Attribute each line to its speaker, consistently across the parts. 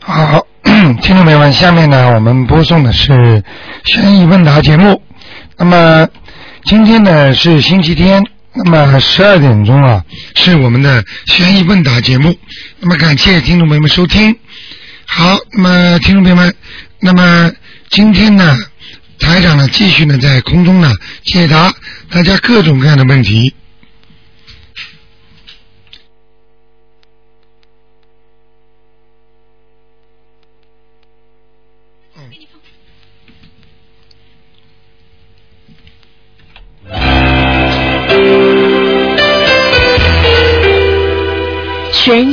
Speaker 1: 好， 听众朋友们，下面呢，我们播送的是《悬疑问答》节目。那么今天呢是星期天，那么十二点钟啊是我们的《悬疑问答》节目。那么感谢听众朋友们收听。好，那么听众朋友们，那么今天呢，台长呢继续呢在空中呢解答大家各种各样的问题。
Speaker 2: 悬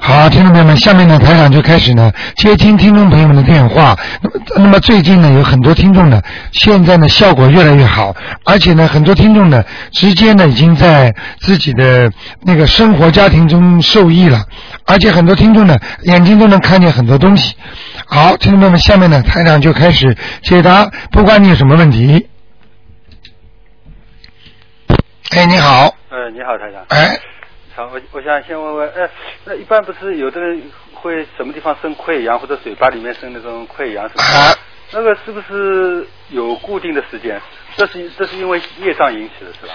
Speaker 1: 好，听众朋友们，下面呢，台长就开始呢接听听众朋友们的电话。那么，那么最近呢，有很多听众呢，现在呢效果越来越好，而且呢，很多听众呢，直接呢已经在自己的那个生活家庭中受益了，而且很多听众呢，眼睛都能看见很多东西。好，听众朋友们，下面呢，台长就开始解答，不管你有什么问题。哎，你好，
Speaker 3: 呃，你好，台长。
Speaker 1: 哎，
Speaker 3: 好，我我想先问问，呃，那一般不是有的人会什么地方生溃疡，或者嘴巴里面生那种溃疡什么的？
Speaker 1: 啊，
Speaker 3: 那个是不是有固定的时间？这是这是因为业障引起的，是吧？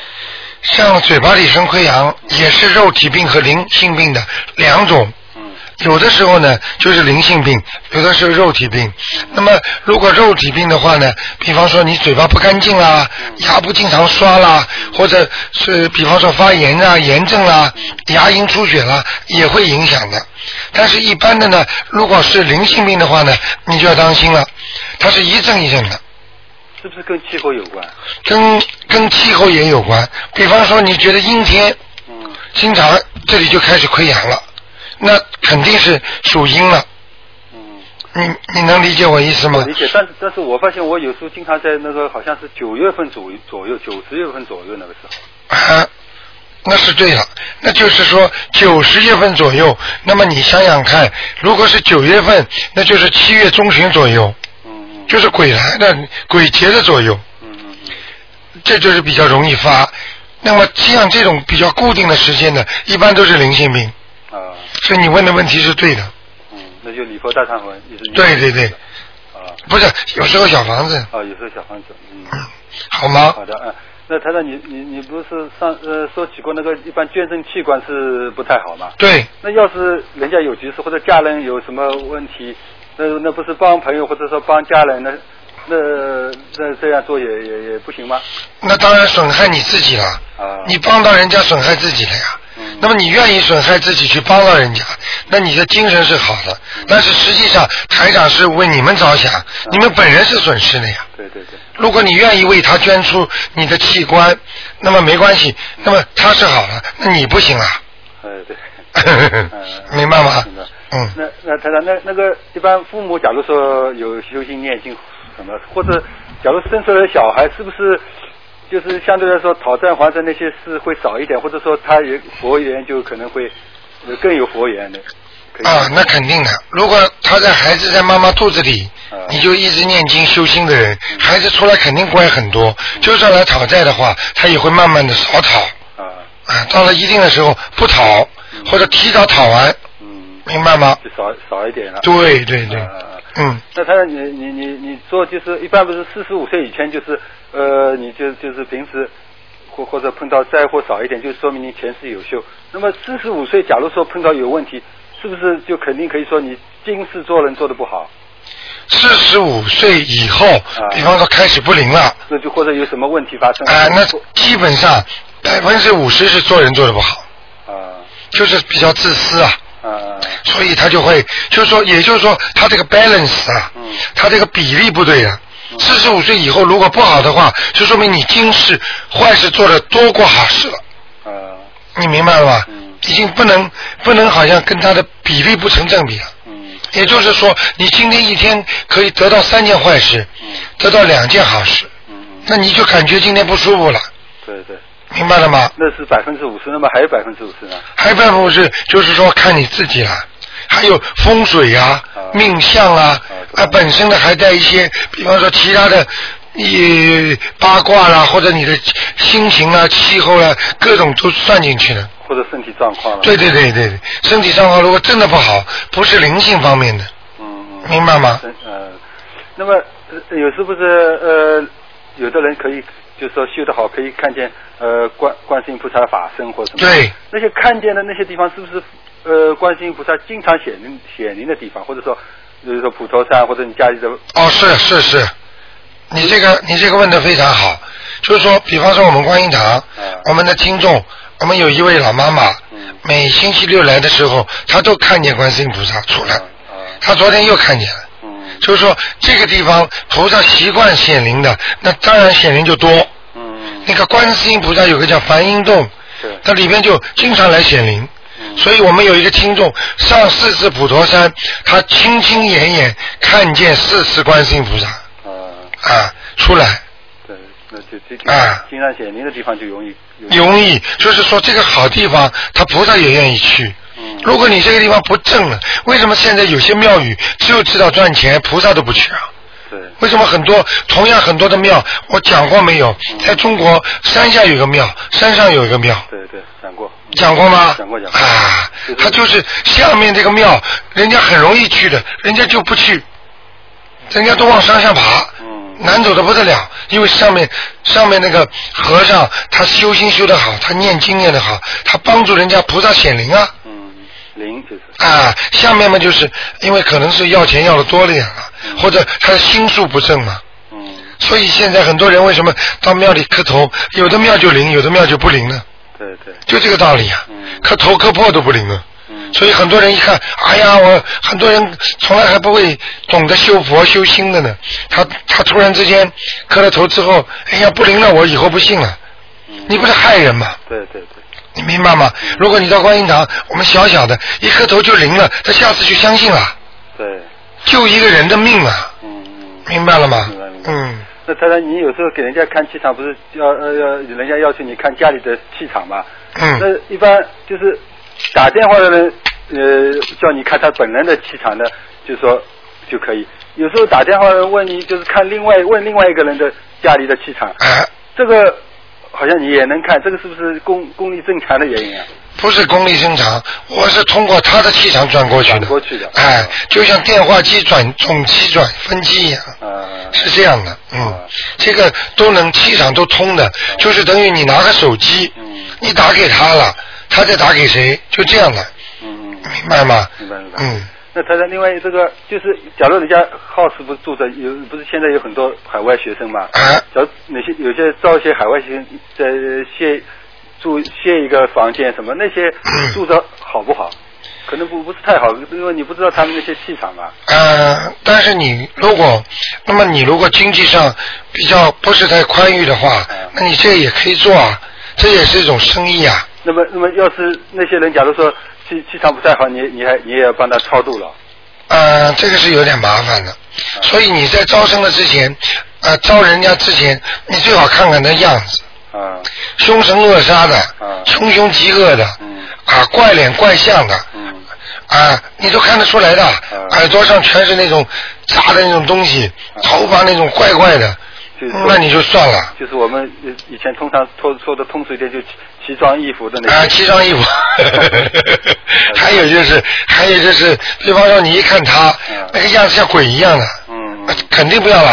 Speaker 1: 像嘴巴里生溃疡也是肉体病和灵性病的两种，
Speaker 3: 嗯
Speaker 1: 有的时候呢就是灵性病，有的时候肉体病。那么如果肉体病的话呢，比方说你嘴巴不干净啦，牙不经常刷啦，或者是比方说发炎啊、炎症啦、牙龈出血啦，也会影响的。但是一般的呢，如果是灵性病的话呢，你就要当心了，它是一阵一阵的。
Speaker 3: 是不是跟气候有关？
Speaker 1: 跟跟气候也有关，比方说你觉得阴天，
Speaker 3: 嗯，
Speaker 1: 经常这里就开始溃疡了，那肯定是属阴了。
Speaker 3: 嗯，
Speaker 1: 你你能理解我意思
Speaker 3: 我
Speaker 1: 吗
Speaker 3: 理？解，但是但是我发现我有时候经常在那个好像是九月份左右左右，九十月份左右那个时候，
Speaker 1: 啊， 那是对了，那就是说九十月份左右。那么你想想看，如果是九月份，那就是七月中旬左右，
Speaker 3: 嗯嗯
Speaker 1: 就是鬼来的鬼节的左右，
Speaker 3: 嗯嗯嗯，
Speaker 1: 这就是比较容易发。那么像这种比较固定的时间呢，一般都是灵性病。
Speaker 3: 啊，
Speaker 1: 所以你问的问题是对的，
Speaker 3: 嗯，那就礼佛大忏悔一直念
Speaker 1: 对对对，
Speaker 3: 啊
Speaker 1: 不是有时候小房子
Speaker 3: 啊，有时候小房子，嗯。
Speaker 1: 好吗？
Speaker 3: 好的，嗯，那台长，你你你不是上呃说起过那个一般捐赠器官是不太好嘛？
Speaker 1: 对，
Speaker 3: 那要是人家有急事或者家人有什么问题，那那不是帮朋友或者说帮家人，那那那这样做也也也不行吗？
Speaker 1: 那当然损害你自己了。
Speaker 3: 啊，
Speaker 1: 你帮到人家，损害自己了呀。
Speaker 3: 嗯
Speaker 1: 那么你愿意损害自己去帮到人家，那你的精神是好的。
Speaker 3: 嗯
Speaker 1: 但是实际上，台长是为你们着想，你们本人是损失的呀。
Speaker 3: 对对对，
Speaker 1: 如果你愿意为他捐出你的器官，那么没关系，那么他是好了，那你不行啊。
Speaker 3: 呃对。
Speaker 1: 明白吗
Speaker 3: 明白？
Speaker 1: 嗯
Speaker 3: 呃那那台长，那那个一般父母，假如说有修行念经什么，或者假如生出来的小孩，是不是就是相对来说讨债还债那些事会少一点，或者说他也佛缘就可能会呃更有佛缘的？可以
Speaker 1: 啊，那肯定的。如果他在孩子在妈妈肚子里
Speaker 3: 啊，嗯
Speaker 1: 你就一直念经修心的人，孩子出来肯定乖很多。就算来讨债的话，他也会慢慢的少讨
Speaker 3: 啊，
Speaker 1: 啊。到了一定的时候不讨，或者提早讨完，
Speaker 3: 嗯，
Speaker 1: 明白吗？
Speaker 3: 就少少一点了。
Speaker 1: 对对对
Speaker 3: 啊，啊啊
Speaker 1: 嗯，
Speaker 3: 那他你你你你做就是一般不是四十五岁以前就是呃你就就是平时或或者碰到灾祸少一点，就说明你前世有修。那么四十五岁假如说碰到有问题，是不是就肯定可以说你今世做人做的不好？
Speaker 1: 四十五岁以后，
Speaker 3: 啊
Speaker 1: 比方说开始不灵了，啊、
Speaker 3: 那就或者有什么问题发生？
Speaker 1: 呃那基本上百分之五十是做人做的不好，
Speaker 3: 啊
Speaker 1: 就是比较自私啊。
Speaker 3: 啊
Speaker 1: 所以他就会，就是说，也就是说，他这个 balance 啊，
Speaker 3: 嗯
Speaker 1: 他这个比例不对啊。四十五岁以后如果不好的话，就说明你今世坏事做的多过好事了，
Speaker 3: 啊
Speaker 1: 你明白了吧？
Speaker 3: 嗯
Speaker 1: 已经不能不能好像跟他的比例不成正比了。
Speaker 3: 嗯
Speaker 1: 也就是说，你今天一天可以得到三件坏事，
Speaker 3: 嗯
Speaker 1: 得到两件好事，
Speaker 3: 嗯嗯，
Speaker 1: 那你就感觉今天不舒服了。
Speaker 3: 对对，
Speaker 1: 明白了吗？
Speaker 3: 那是百分之五十，那么还有百分之五十呢？
Speaker 1: 还百分之就是说看你自己了，还有风水啊、
Speaker 3: 啊
Speaker 1: 命相啊，
Speaker 3: 啊
Speaker 1: 啊本身的还带一些，比方说其他的。你八卦啦，或者你的心情啊、气候啊，各种都算进去的。
Speaker 3: 或者身体状况了？
Speaker 1: 对对对对，对身体状况如果真的不好，不是灵性方面的，
Speaker 3: 嗯，嗯
Speaker 1: 明白吗？
Speaker 3: 嗯呃，那么呃有是不是呃，有的人可以就是说修得好，可以看见呃观观世音菩萨法身或什么？
Speaker 1: 对，
Speaker 3: 那些看见的那些地方是不是呃观世音菩萨经常显灵显灵的地方，或者说就是说普陀山或者你家里的
Speaker 1: 哦，是是是，你这个你这个问的非常好，就是说，比方说我们观音堂，
Speaker 3: 嗯
Speaker 1: 我们的听众，我们有一位老妈妈，
Speaker 3: 嗯
Speaker 1: 每星期六来的时候，她都看见观世音菩萨出来
Speaker 3: 啊，啊
Speaker 1: 她昨天又看见了，
Speaker 3: 嗯
Speaker 1: 就是说这个地方菩萨习惯显灵的，那当然显灵就多。
Speaker 3: 嗯
Speaker 1: 那个观世音菩萨有个叫梵音洞，
Speaker 3: 对
Speaker 1: 它里面就经常来显灵。
Speaker 3: 嗯
Speaker 1: 所以我们有一个听众上四次普陀山，他清清眼眼看见四次观世音菩萨
Speaker 3: 啊
Speaker 1: 啊出来，
Speaker 3: 对，那呃就这
Speaker 1: 啊
Speaker 3: 经常显灵的地方就容易容易
Speaker 1: 容易就是说这个好地方，他菩萨也愿意去。
Speaker 3: 嗯
Speaker 1: 如果你这个地方不正了，为什么现在有些庙宇只有知道赚钱，菩萨都不去啊？
Speaker 3: 对
Speaker 1: 为什么很多同样很多的庙，我讲过没有？
Speaker 3: 嗯
Speaker 1: 在中国山下有一个庙，山上有一个庙，
Speaker 3: 对对讲过嗯
Speaker 1: 讲过吗？
Speaker 3: 讲过讲过
Speaker 1: 啊
Speaker 3: 就是，
Speaker 1: 他就是下面这个庙，人家很容易去的，人家就不去，人家都往山上爬，
Speaker 3: 嗯
Speaker 1: 难走的不得了。因为上面上面那个和尚，他修心修得好，他念经念得好，他帮助人家菩萨显灵啊
Speaker 3: 嗯灵就是
Speaker 1: 啊。下面嘛，就是因为可能是要钱要的多了点了，或者他的心术不正嘛。
Speaker 3: 嗯
Speaker 1: 所以现在很多人为什么到庙里磕头，有的庙就灵，有的庙就不灵呢？
Speaker 3: 对对
Speaker 1: 就这个道理啊
Speaker 3: 嗯，
Speaker 1: 磕头磕破都不灵啊。
Speaker 3: 嗯
Speaker 1: 所以很多人一看，哎呀，我很多人从来还不会懂得修佛修心的呢。他他突然之间磕了头之后，哎呀，不灵了，我以后不信了。
Speaker 3: 嗯
Speaker 1: 你不是害人吗？
Speaker 3: 对对对
Speaker 1: 你明白吗？如果你到观音堂，我们小小的一磕头就灵了，他下次就相信了，
Speaker 3: 对
Speaker 1: 救一个人的命啊，
Speaker 3: 嗯嗯。
Speaker 1: 明白了吗
Speaker 3: 明白明？白
Speaker 1: 嗯，
Speaker 3: 那太太，你有时候给人家看气场，不是要呃要人家要求你看家里的气场嘛？
Speaker 1: 嗯
Speaker 3: 那一般就是打电话的人，呃，叫你看他本人的气场的，就说就可以。有时候打电话的人问你，就是看另外问另外一个人的家里的气场，
Speaker 1: 哎，
Speaker 3: 这个好像你也能看，这个是不是功功力增强的原因啊？
Speaker 1: 不是功力增长，我是通过他的气场转过去的。
Speaker 3: 转过去的
Speaker 1: 哎
Speaker 3: 哦，
Speaker 1: 就像电话机转总机转分机一样。
Speaker 3: 呃，
Speaker 1: 是这样的，嗯
Speaker 3: 啊，
Speaker 1: 这个都能气场都通的，就是等于你拿个手机，
Speaker 3: 嗯
Speaker 1: 你打给他了，他再打给谁，就这样的，
Speaker 3: 嗯，嗯
Speaker 1: 明白吗？
Speaker 3: 明白明白
Speaker 1: 嗯，
Speaker 3: 那他的另外这个就是，假如人家 house 不是住着有，不是现在有很多海外学生嘛？
Speaker 1: 啊
Speaker 3: 假如哪些有些招一些海外学生在歇住歇一个房间什么那些
Speaker 1: 嗯
Speaker 3: 住着好不好？可能不不是太好，因为你不知道他们那些气场嘛。
Speaker 1: 呃，但是你如果，那么你如果经济上比较不是太宽裕的话
Speaker 3: 嗯，
Speaker 1: 那你这也可以做啊，这也是一种生意啊。
Speaker 3: 那么那么要是那些人假如说气气场不太好，你你还你也要帮他超度了。
Speaker 1: 呃，这个是有点麻烦的，所以你在招生的之前，呃，招人家之前，你最好看看他样子，
Speaker 3: 啊，
Speaker 1: 凶神恶煞的
Speaker 3: 嗯，
Speaker 1: 凶凶极恶的，
Speaker 3: 嗯
Speaker 1: 啊，怪脸怪相的，
Speaker 3: 嗯
Speaker 1: 啊，你都看得出来的，
Speaker 3: 嗯
Speaker 1: 耳朵上全是那种扎的那种东西，头发那种怪怪的，
Speaker 3: 啊就是
Speaker 1: 哦那你就算了，
Speaker 3: 就是我们以前通常说说的通俗一点，就奇奇装异服的那
Speaker 1: 啊，
Speaker 3: 些。
Speaker 1: 七张衣 服，还有就是，还有就是，比方说你一看他
Speaker 3: 嗯
Speaker 1: 那个样子像鬼一样的，
Speaker 3: 嗯，
Speaker 1: 啊
Speaker 3: 嗯
Speaker 1: 肯定不要了，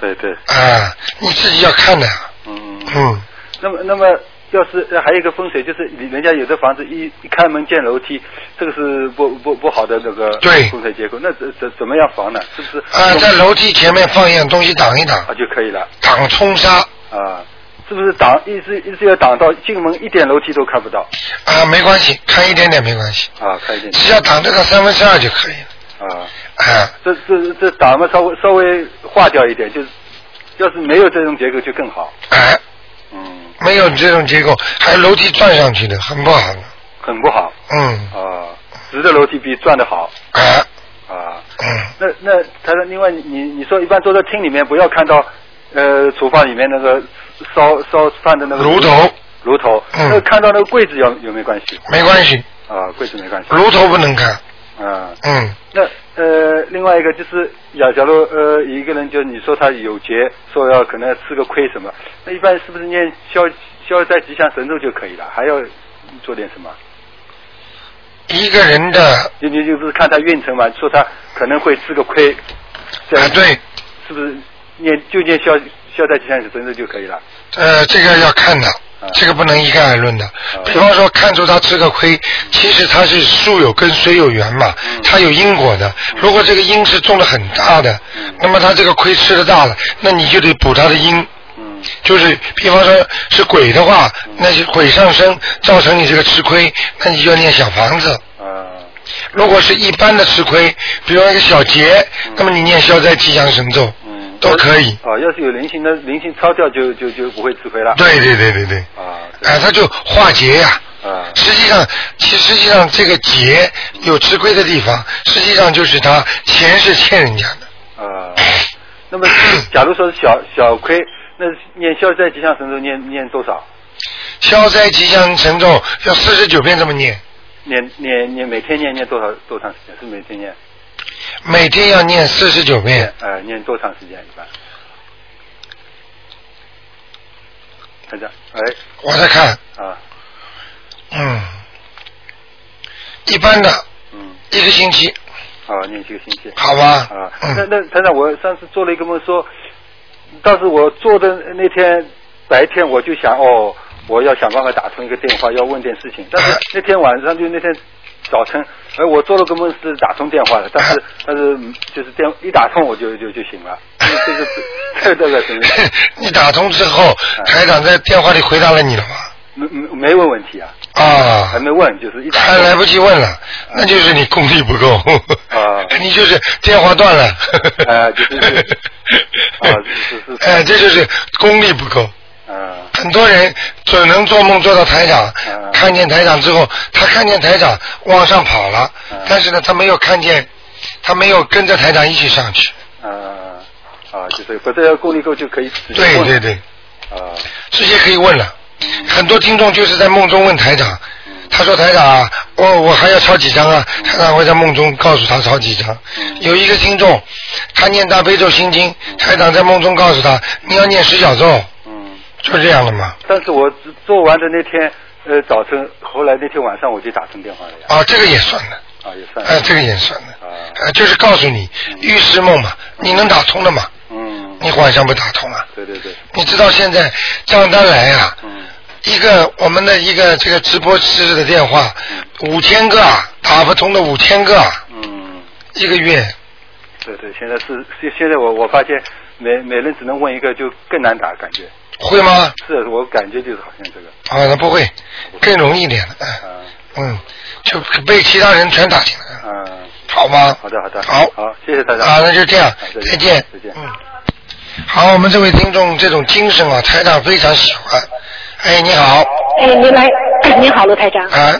Speaker 3: 对对，
Speaker 1: 啊，你自己要看的，
Speaker 3: 嗯嗯。
Speaker 1: 嗯，
Speaker 3: 那么，那么要是呃还有一个风水，就是你人家有的房子一一开门见楼梯，这个是不不不好的那个
Speaker 1: 对
Speaker 3: 风水结构。那怎怎怎么样防呢？是不是
Speaker 1: 啊，
Speaker 3: 用
Speaker 1: 在楼梯前面放一样东西挡一
Speaker 3: 啊
Speaker 1: 挡，
Speaker 3: 就可以了
Speaker 1: 挡冲杀。
Speaker 3: 啊？是不是挡一直一直要挡到进门一点楼梯都看不到
Speaker 1: 啊，没关系，看一点点没关系，
Speaker 3: 啊？看一点
Speaker 1: 只要挡这个三分之二就可以了。
Speaker 3: 啊，
Speaker 1: 啊，
Speaker 3: 这这这挡嘛稍微稍微化掉一点，就是要是没有这种结构就更好。
Speaker 1: 哎，
Speaker 3: 嗯，
Speaker 1: 没有这种结构，还楼梯转上去的，很不好的。
Speaker 3: 很不好
Speaker 1: 嗯，
Speaker 3: 啊，直的楼梯比转的好
Speaker 1: 啊，
Speaker 3: 啊。
Speaker 1: 嗯，
Speaker 3: 那那他说，另外你你说一般坐在厅里面不要看到，呃，厨房里面那个烧烧饭的那个
Speaker 1: 炉头
Speaker 3: 炉头，
Speaker 1: 嗯
Speaker 3: 那看到那个柜子有有没有关系？
Speaker 1: 没关系，
Speaker 3: 啊，柜子没关系。
Speaker 1: 炉头不能看，
Speaker 3: 啊，
Speaker 1: 嗯，
Speaker 3: 那呃，另外一个就是，假假如呃一个人就是你说他有劫，说要可能吃个亏什么，那一般是不是念消消灾吉祥神咒就可以了？还要做点什么？
Speaker 1: 一个人的
Speaker 3: 就你就不是看他运程嘛，说他可能会吃个亏，这
Speaker 1: 啊
Speaker 3: 样，
Speaker 1: 对，
Speaker 3: 是不是念就念消消灾吉祥神咒就可以了？
Speaker 1: 呃，这个要看的，
Speaker 3: 啊
Speaker 1: 这个不能一概而论的。比方说，看出他吃个亏，其实他是树有根，水有源嘛，
Speaker 3: 嗯
Speaker 1: 他有因果的。如果这个因是种的很大的，
Speaker 3: 嗯
Speaker 1: 那么他这个亏吃的大了，那你就得补他的因。
Speaker 3: 嗯
Speaker 1: 就是比方说是鬼的话，那是鬼上身造成你这个吃亏，那你就要念小房子。
Speaker 3: 啊，
Speaker 1: 如果是一般的吃亏，比方一个小劫，那么你念消灾吉祥神咒
Speaker 3: 嗯，
Speaker 1: 都可以。
Speaker 3: 哦，要是有灵性，那灵性超掉就就就不会吃亏了。
Speaker 1: 对对对对对，
Speaker 3: 啊
Speaker 1: 哎，他就化劫呀、
Speaker 3: 啊
Speaker 1: 实际上，其实际上这个劫有吃亏的地方，实际上就是他钱是欠人家的。
Speaker 3: 啊，那么假如说是小小亏，那念消灾吉祥神咒念念多少？
Speaker 1: 消灾吉祥神咒要四十九遍这么念，
Speaker 3: 念念念，每天念念多少多长时间？是每天念，
Speaker 1: 每天要念四十九遍。
Speaker 3: 呃，念多长时间一般？看一下，哎，
Speaker 1: 我在看，
Speaker 3: 啊，
Speaker 1: 嗯，一般的
Speaker 3: 嗯，
Speaker 1: 一个星期，
Speaker 3: 啊，念几个星期。
Speaker 1: 好吧？
Speaker 3: 啊，那
Speaker 1: 嗯，
Speaker 3: 那团长，我上次做了一个梦说，当时我做的那天白天我就想哦，我要想办法打通一个电话，要问点事情。但是那天晚上就那天早晨，哎，我做了个梦是打通电话的，但是但是嗯就是电一打通我就就就醒了，这个这个这个什么
Speaker 1: 你打通之后，
Speaker 3: 啊
Speaker 1: 台长在电话里回答了你了吗？
Speaker 3: 没没没问问题啊，
Speaker 1: 啊
Speaker 3: 还，没问，就是一打
Speaker 1: 还来不及问了，那就是你功力不 够。
Speaker 3: 啊
Speaker 1: 你就是电话断 了。
Speaker 3: 啊就 是是啊是是是
Speaker 1: 哎，这就是功力不够。
Speaker 3: 啊
Speaker 1: 很多人只能做梦做到台长
Speaker 3: 嗯，
Speaker 1: 看见台长之后，他看见台长往上跑了
Speaker 3: 嗯，
Speaker 1: 但是呢，他没有看见，他没有跟着台长一起上去。
Speaker 3: 啊啊，就是反正要功力够就可以直接
Speaker 1: 对
Speaker 3: 问
Speaker 1: 对对，
Speaker 3: 啊
Speaker 1: 直接可以问了。很多听众就是在梦中问台长，他说台长啊，我我还要抄几张啊？台长会在梦中告诉他抄几张。有一个听众，他念大悲咒心经，台长在梦中告诉他，你要念十小咒，
Speaker 3: 嗯。
Speaker 1: 就这样了嘛。
Speaker 3: 但是我只做完的那天，呃，早晨，后来那天晚上我就打通电话了呀，
Speaker 1: 啊，这个也算的，
Speaker 3: 啊，也算
Speaker 1: 啊，
Speaker 3: 了，
Speaker 1: 这个也算的，
Speaker 3: 啊，
Speaker 1: 啊，就是告诉你预示梦嘛，你能打通的嘛，
Speaker 3: 嗯，
Speaker 1: 你晚上不打通啊？
Speaker 3: 对对对，
Speaker 1: 你知道现在账单来啊，
Speaker 3: 嗯，
Speaker 1: 一个我们的一个这个直播室的电话，五千个啊，打不通的五千个啊，
Speaker 3: 嗯，
Speaker 1: 一个月。
Speaker 3: 对对，现在是现现在我我发现每每人只能问一个就更难打，感觉
Speaker 1: 会吗？
Speaker 3: 是我感觉就是好像这个，
Speaker 1: 啊，那不会，更容易一点了。嗯
Speaker 3: 啊
Speaker 1: 嗯，就被其他人全打进来了，
Speaker 3: 啊，
Speaker 1: 好吗？
Speaker 3: 好的好的，
Speaker 1: 嗯好
Speaker 3: 好，谢谢大家，
Speaker 1: 啊，那就这样
Speaker 3: 好，
Speaker 1: 再见，
Speaker 3: 再见
Speaker 1: 嗯，好，我们这位听众这种精神啊，台长非常喜欢。哎，你好，
Speaker 4: 哎， 您来，您好，卢台长。
Speaker 1: 啊，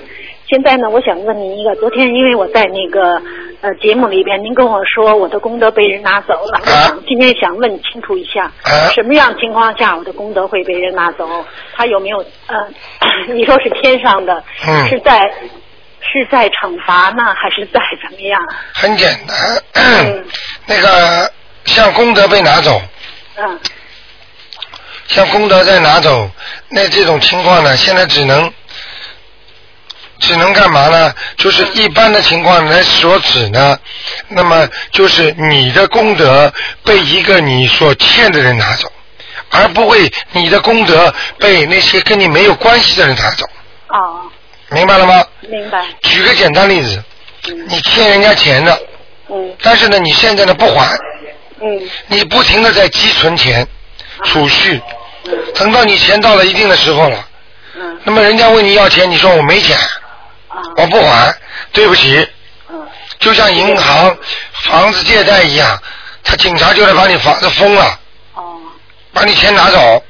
Speaker 4: 现在呢，我想问您一个，昨天因为我在那个呃节目里边，您跟我说我的功德被人拿走了，我想今天想问清楚一下，
Speaker 1: 啊
Speaker 4: 什么样情况下我的功德会被人拿走？他有没有呃， 你说是天上的，
Speaker 1: 嗯
Speaker 4: 是在是在惩罚呢，还是在怎么样？
Speaker 1: 很简单，
Speaker 4: 嗯
Speaker 1: 那个像功德被拿走，
Speaker 4: 嗯
Speaker 1: 像功德在拿走，那这种情况呢，现在只能只能干嘛呢？就是一般的情况来所指呢，那么就是你的功德被一个你所欠的人拿走，而不会你的功德被那些跟你没有关系的人拿走，
Speaker 4: 哦，
Speaker 1: 明白了吗？
Speaker 4: 明白，
Speaker 1: 举个简单例子，你欠人家钱的，
Speaker 4: 嗯
Speaker 1: 但是呢，你现在呢不还，
Speaker 4: 嗯啊
Speaker 1: 你不停的在积存钱、储蓄，等到你钱到了一定的时候了，
Speaker 4: 嗯
Speaker 1: 那么人家问你要钱，你说我没钱，
Speaker 4: 啊
Speaker 1: 我不还，对不起，
Speaker 4: 嗯
Speaker 1: 就像银行房子借贷一样，他警察就来把你房子封了，
Speaker 4: 哦
Speaker 1: 把你钱拿走，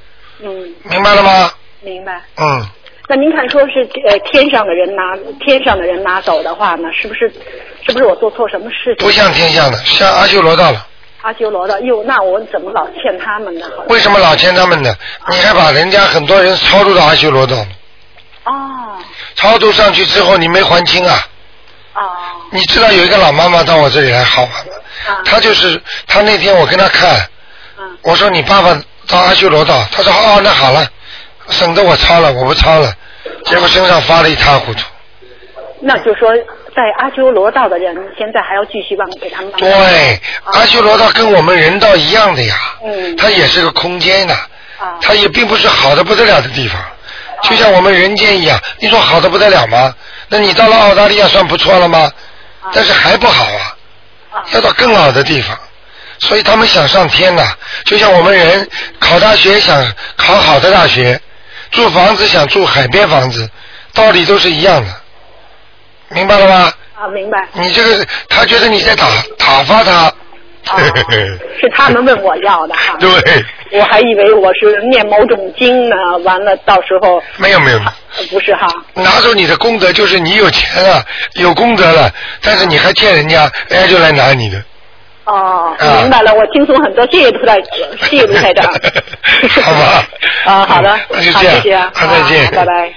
Speaker 4: 嗯，
Speaker 1: 明白了吗？
Speaker 4: 明白。
Speaker 1: 嗯，
Speaker 4: 那您看，说是呃天上的人拿天上的人拿走的话呢，是不是是不是我做错什么事情？
Speaker 1: 不像天下的，像阿修罗道了，
Speaker 4: 阿修罗的，哟，那我怎么老欠他们呢？
Speaker 1: 为什么老欠他们呢？你还把人家很多人超度到阿修罗道，
Speaker 4: 哦
Speaker 1: 超度上去之后你没还清啊？
Speaker 4: 哦
Speaker 1: 你知道有一个老妈妈到我这里来好玩了，
Speaker 4: 啊
Speaker 1: 她就是她那天我跟她看，
Speaker 4: 嗯
Speaker 1: 我说你爸爸到阿修罗道，她说哦那好了，省得我抄了，我不抄了，
Speaker 4: 嗯
Speaker 1: 结果身上发的一塌糊涂。
Speaker 4: 那就说在阿修罗道的人，现在还要继续往给他们往
Speaker 1: 对，阿修罗道跟我们人道一样的呀，
Speaker 4: 嗯
Speaker 1: 它也是个空间呐、
Speaker 4: 啊
Speaker 1: 它也并不是好的不得了的地方，就像我们人间一样。你说好的不得了吗？那你到了澳大利亚算不错了吗？但是还不好啊，
Speaker 4: 啊
Speaker 1: 要到更好的地方。所以他们想上天呐、就像我们人考大学想考好的大学，住房子想住海边房子，道理都是一样的，明白了吗？
Speaker 4: 啊，明白。
Speaker 1: 你这个，他觉得你在打打发他。
Speaker 4: 啊，是他们问我要的哈。
Speaker 1: 对，
Speaker 4: 我还以为我是念某种经呢，完了到时候
Speaker 1: 没有没有，
Speaker 4: 呃不是哈。
Speaker 1: 拿走你的功德就是你有钱了， 有功德了，但是你还欠人家，人家就来拿你的。
Speaker 4: 哦，
Speaker 1: 啊。
Speaker 4: 明白了，我轻松很多，谢谢卢台，谢谢 卢台长
Speaker 1: 好吧
Speaker 4: 啊，好的，
Speaker 1: 那就
Speaker 4: 好，
Speaker 1: 这样
Speaker 4: 谢谢啊，
Speaker 1: 啊再见
Speaker 4: 啊拜拜。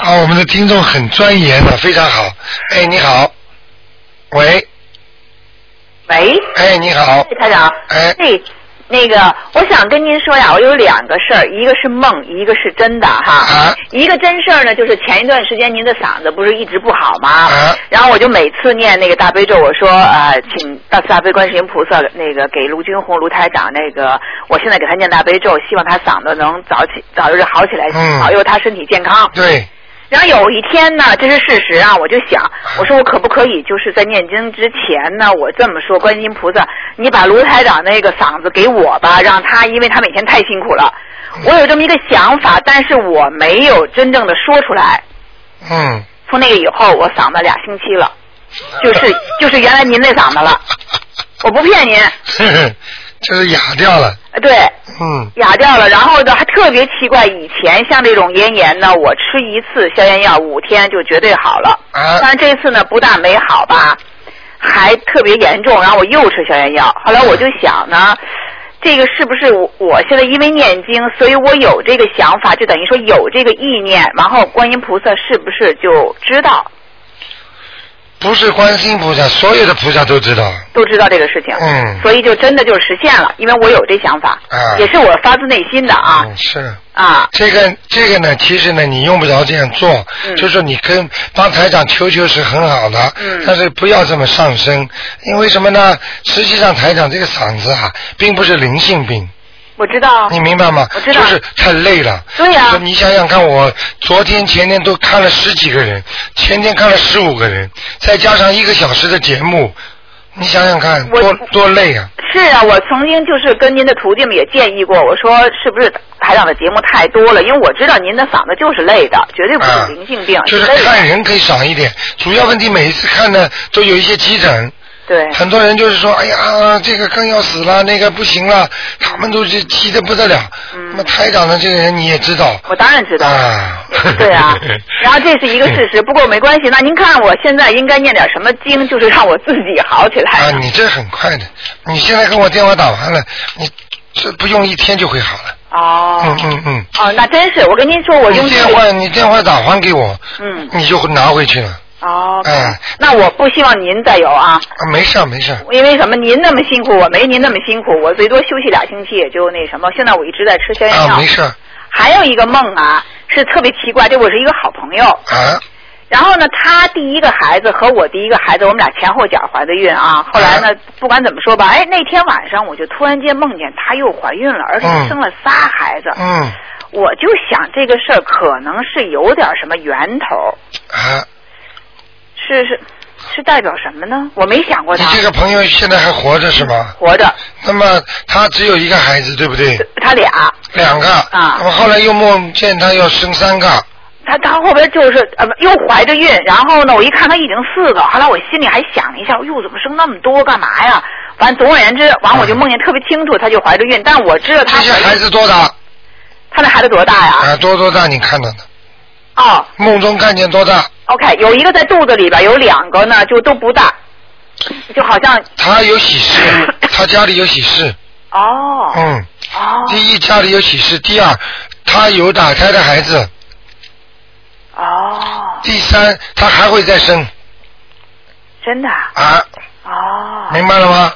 Speaker 1: 啊，我们的听众很钻研的，非常好。哎，你好，喂，
Speaker 5: 喂，
Speaker 1: 哎，你好，
Speaker 5: 台长。
Speaker 1: 哎
Speaker 5: 对，那个，我想跟您说呀，我有两个事儿，一个是梦，一个是真的哈。
Speaker 1: 啊
Speaker 5: 一个真事儿呢，就是前一段时间您的嗓子不是一直不好吗？
Speaker 1: 啊
Speaker 5: 然后我就每次念那个大悲咒，我说呃，请大慈大悲观世音菩萨那个给卢军红卢台长那个，我现在给他念大悲咒，希望他嗓子能早起早日好起来，
Speaker 1: 嗯
Speaker 5: 保佑他身体健康。
Speaker 1: 对，
Speaker 5: 然后有一天呢，这是事实啊，我就想，我说我可不可以就是在念经之前呢，我这么说，观音菩萨，你把卢台长那个嗓子给我吧，让他，因为他每天太辛苦了。我有这么一个想法，但是我没有真正的说出来。
Speaker 1: 嗯，
Speaker 5: 从那个以后，我嗓子俩星期了，就是就是原来您那嗓子了，我不骗您，
Speaker 1: 就是哑掉了，
Speaker 5: 呃对，
Speaker 1: 嗯，
Speaker 5: 哑掉了。然后呢，还特别奇怪，以前像这种咽炎呢，我吃一次消炎药五天就绝对好了。
Speaker 1: 啊
Speaker 5: 但是这次呢，不但没好吧，还特别严重，然后我又吃消炎药。后来我就想呢，这个是不是我我现在因为念经，所以我有这个想法，就等于说有这个意念，然后观音菩萨是不是就知道，
Speaker 1: 不是观世音菩萨，所有的菩萨都知道。
Speaker 5: 都知道这个事情？
Speaker 1: 嗯
Speaker 5: 所以就真的就实现了，因为我有这想法，
Speaker 1: 啊
Speaker 5: 也是我发自内心的啊、
Speaker 1: 嗯，是。
Speaker 5: 啊。
Speaker 1: 这个这个呢，其实呢，你用不着这样做，
Speaker 5: 嗯
Speaker 1: 就是说你跟帮台长求求是很好的，
Speaker 5: 嗯
Speaker 1: 但是不要这么上升，因为什么呢？实际上台长这个嗓子啊，并不是灵性病，
Speaker 5: 我知道，
Speaker 1: 你明白吗？
Speaker 5: 哦我知道
Speaker 1: 就是太累了。
Speaker 5: 对呀
Speaker 1: 就是你想想看，我昨天前天都看了十几个人，前天看了十五个人，再加上一个小时的节目，你想想看
Speaker 5: 我
Speaker 1: 多多累啊！
Speaker 5: 是啊，我曾经就是跟您的徒弟们也建议过，我说是不是台长的节目太多了？因为我知道您的嗓子就是累的，绝对不
Speaker 1: 啊，
Speaker 5: 是灵性病，
Speaker 1: 就是
Speaker 5: 累的。
Speaker 1: 看人可以少一点，主要问题每一次看呢都有一些急诊。
Speaker 5: 对，
Speaker 1: 很多人就是说，哎呀，这个更要死了，那个不行了，他们都是急得不得了。
Speaker 5: 嗯
Speaker 1: 那么台长的这个人你也知道，
Speaker 5: 我当然知道。
Speaker 1: 啊
Speaker 5: 对啊，然后这是一个事实，不过没关系。那您看我现在应该念点什么经，就是让我自己好起来
Speaker 1: 啊，。你这很快的，你现在跟我电话打完了，你这不用一天就会好了。
Speaker 5: 哦
Speaker 1: 嗯，嗯嗯，
Speaker 5: 哦，那真是，我跟您说，我用
Speaker 1: 你电话你电话打还给我，
Speaker 5: 嗯，
Speaker 1: 你就拿回去了。
Speaker 5: 哦，
Speaker 1: 哎
Speaker 5: 那我不希望您再有啊。
Speaker 1: 啊，没事儿没事儿，
Speaker 5: 因为什么？您那么辛苦，我没您那么辛苦，我最多休息俩星期也就那什么。现在我一直在吃消炎药。
Speaker 1: 啊，没事儿
Speaker 5: 还有一个梦啊，是特别奇怪，这我是一个好朋友。
Speaker 1: 啊，
Speaker 5: 然后呢，他第一个孩子和我第一个孩子，我们俩前后脚怀的孕啊。后来呢，不管怎么说吧，哎，那天晚上我就突然间梦见她又怀孕了，而且
Speaker 1: 嗯
Speaker 5: 生了仨孩子。
Speaker 1: 嗯
Speaker 5: 我就想这个事儿可能是有点什么源头，
Speaker 1: 啊，
Speaker 5: 是是是代表什么呢？我没想过
Speaker 1: 你
Speaker 5: 他
Speaker 1: 这个朋友现在还活着是吗？
Speaker 5: 活着，
Speaker 1: 那么他只有一个孩子对不对？
Speaker 5: 他俩。
Speaker 1: 两个，
Speaker 5: 啊
Speaker 1: 那么后来又梦见他要生三个，
Speaker 5: 她她后边就是呃不又怀着孕，然后呢，我一看她已经四个，后来我心里还想了一下，哎哟，怎么生那么多干嘛呀？反正总而言之，完我就梦见特别清楚，她就怀着孕，但我知道
Speaker 1: 这
Speaker 5: 她
Speaker 1: 些孩子多大？
Speaker 5: 她那孩子多大呀？
Speaker 1: 啊，多多大？你看到的？
Speaker 5: 哦
Speaker 1: 梦中看见多大？
Speaker 5: ，OK，有一个在肚子里边，有两个呢就都不大，就好像
Speaker 1: 他有喜 事，他家里有喜事，
Speaker 5: 哦
Speaker 1: 嗯，
Speaker 5: 哦
Speaker 1: 第一家里有喜事，第二他有打胎的孩子，
Speaker 5: 哦，
Speaker 1: 第三他还会再生
Speaker 5: 真的啊
Speaker 1: 啊，
Speaker 5: 哦，
Speaker 1: 明白了吗？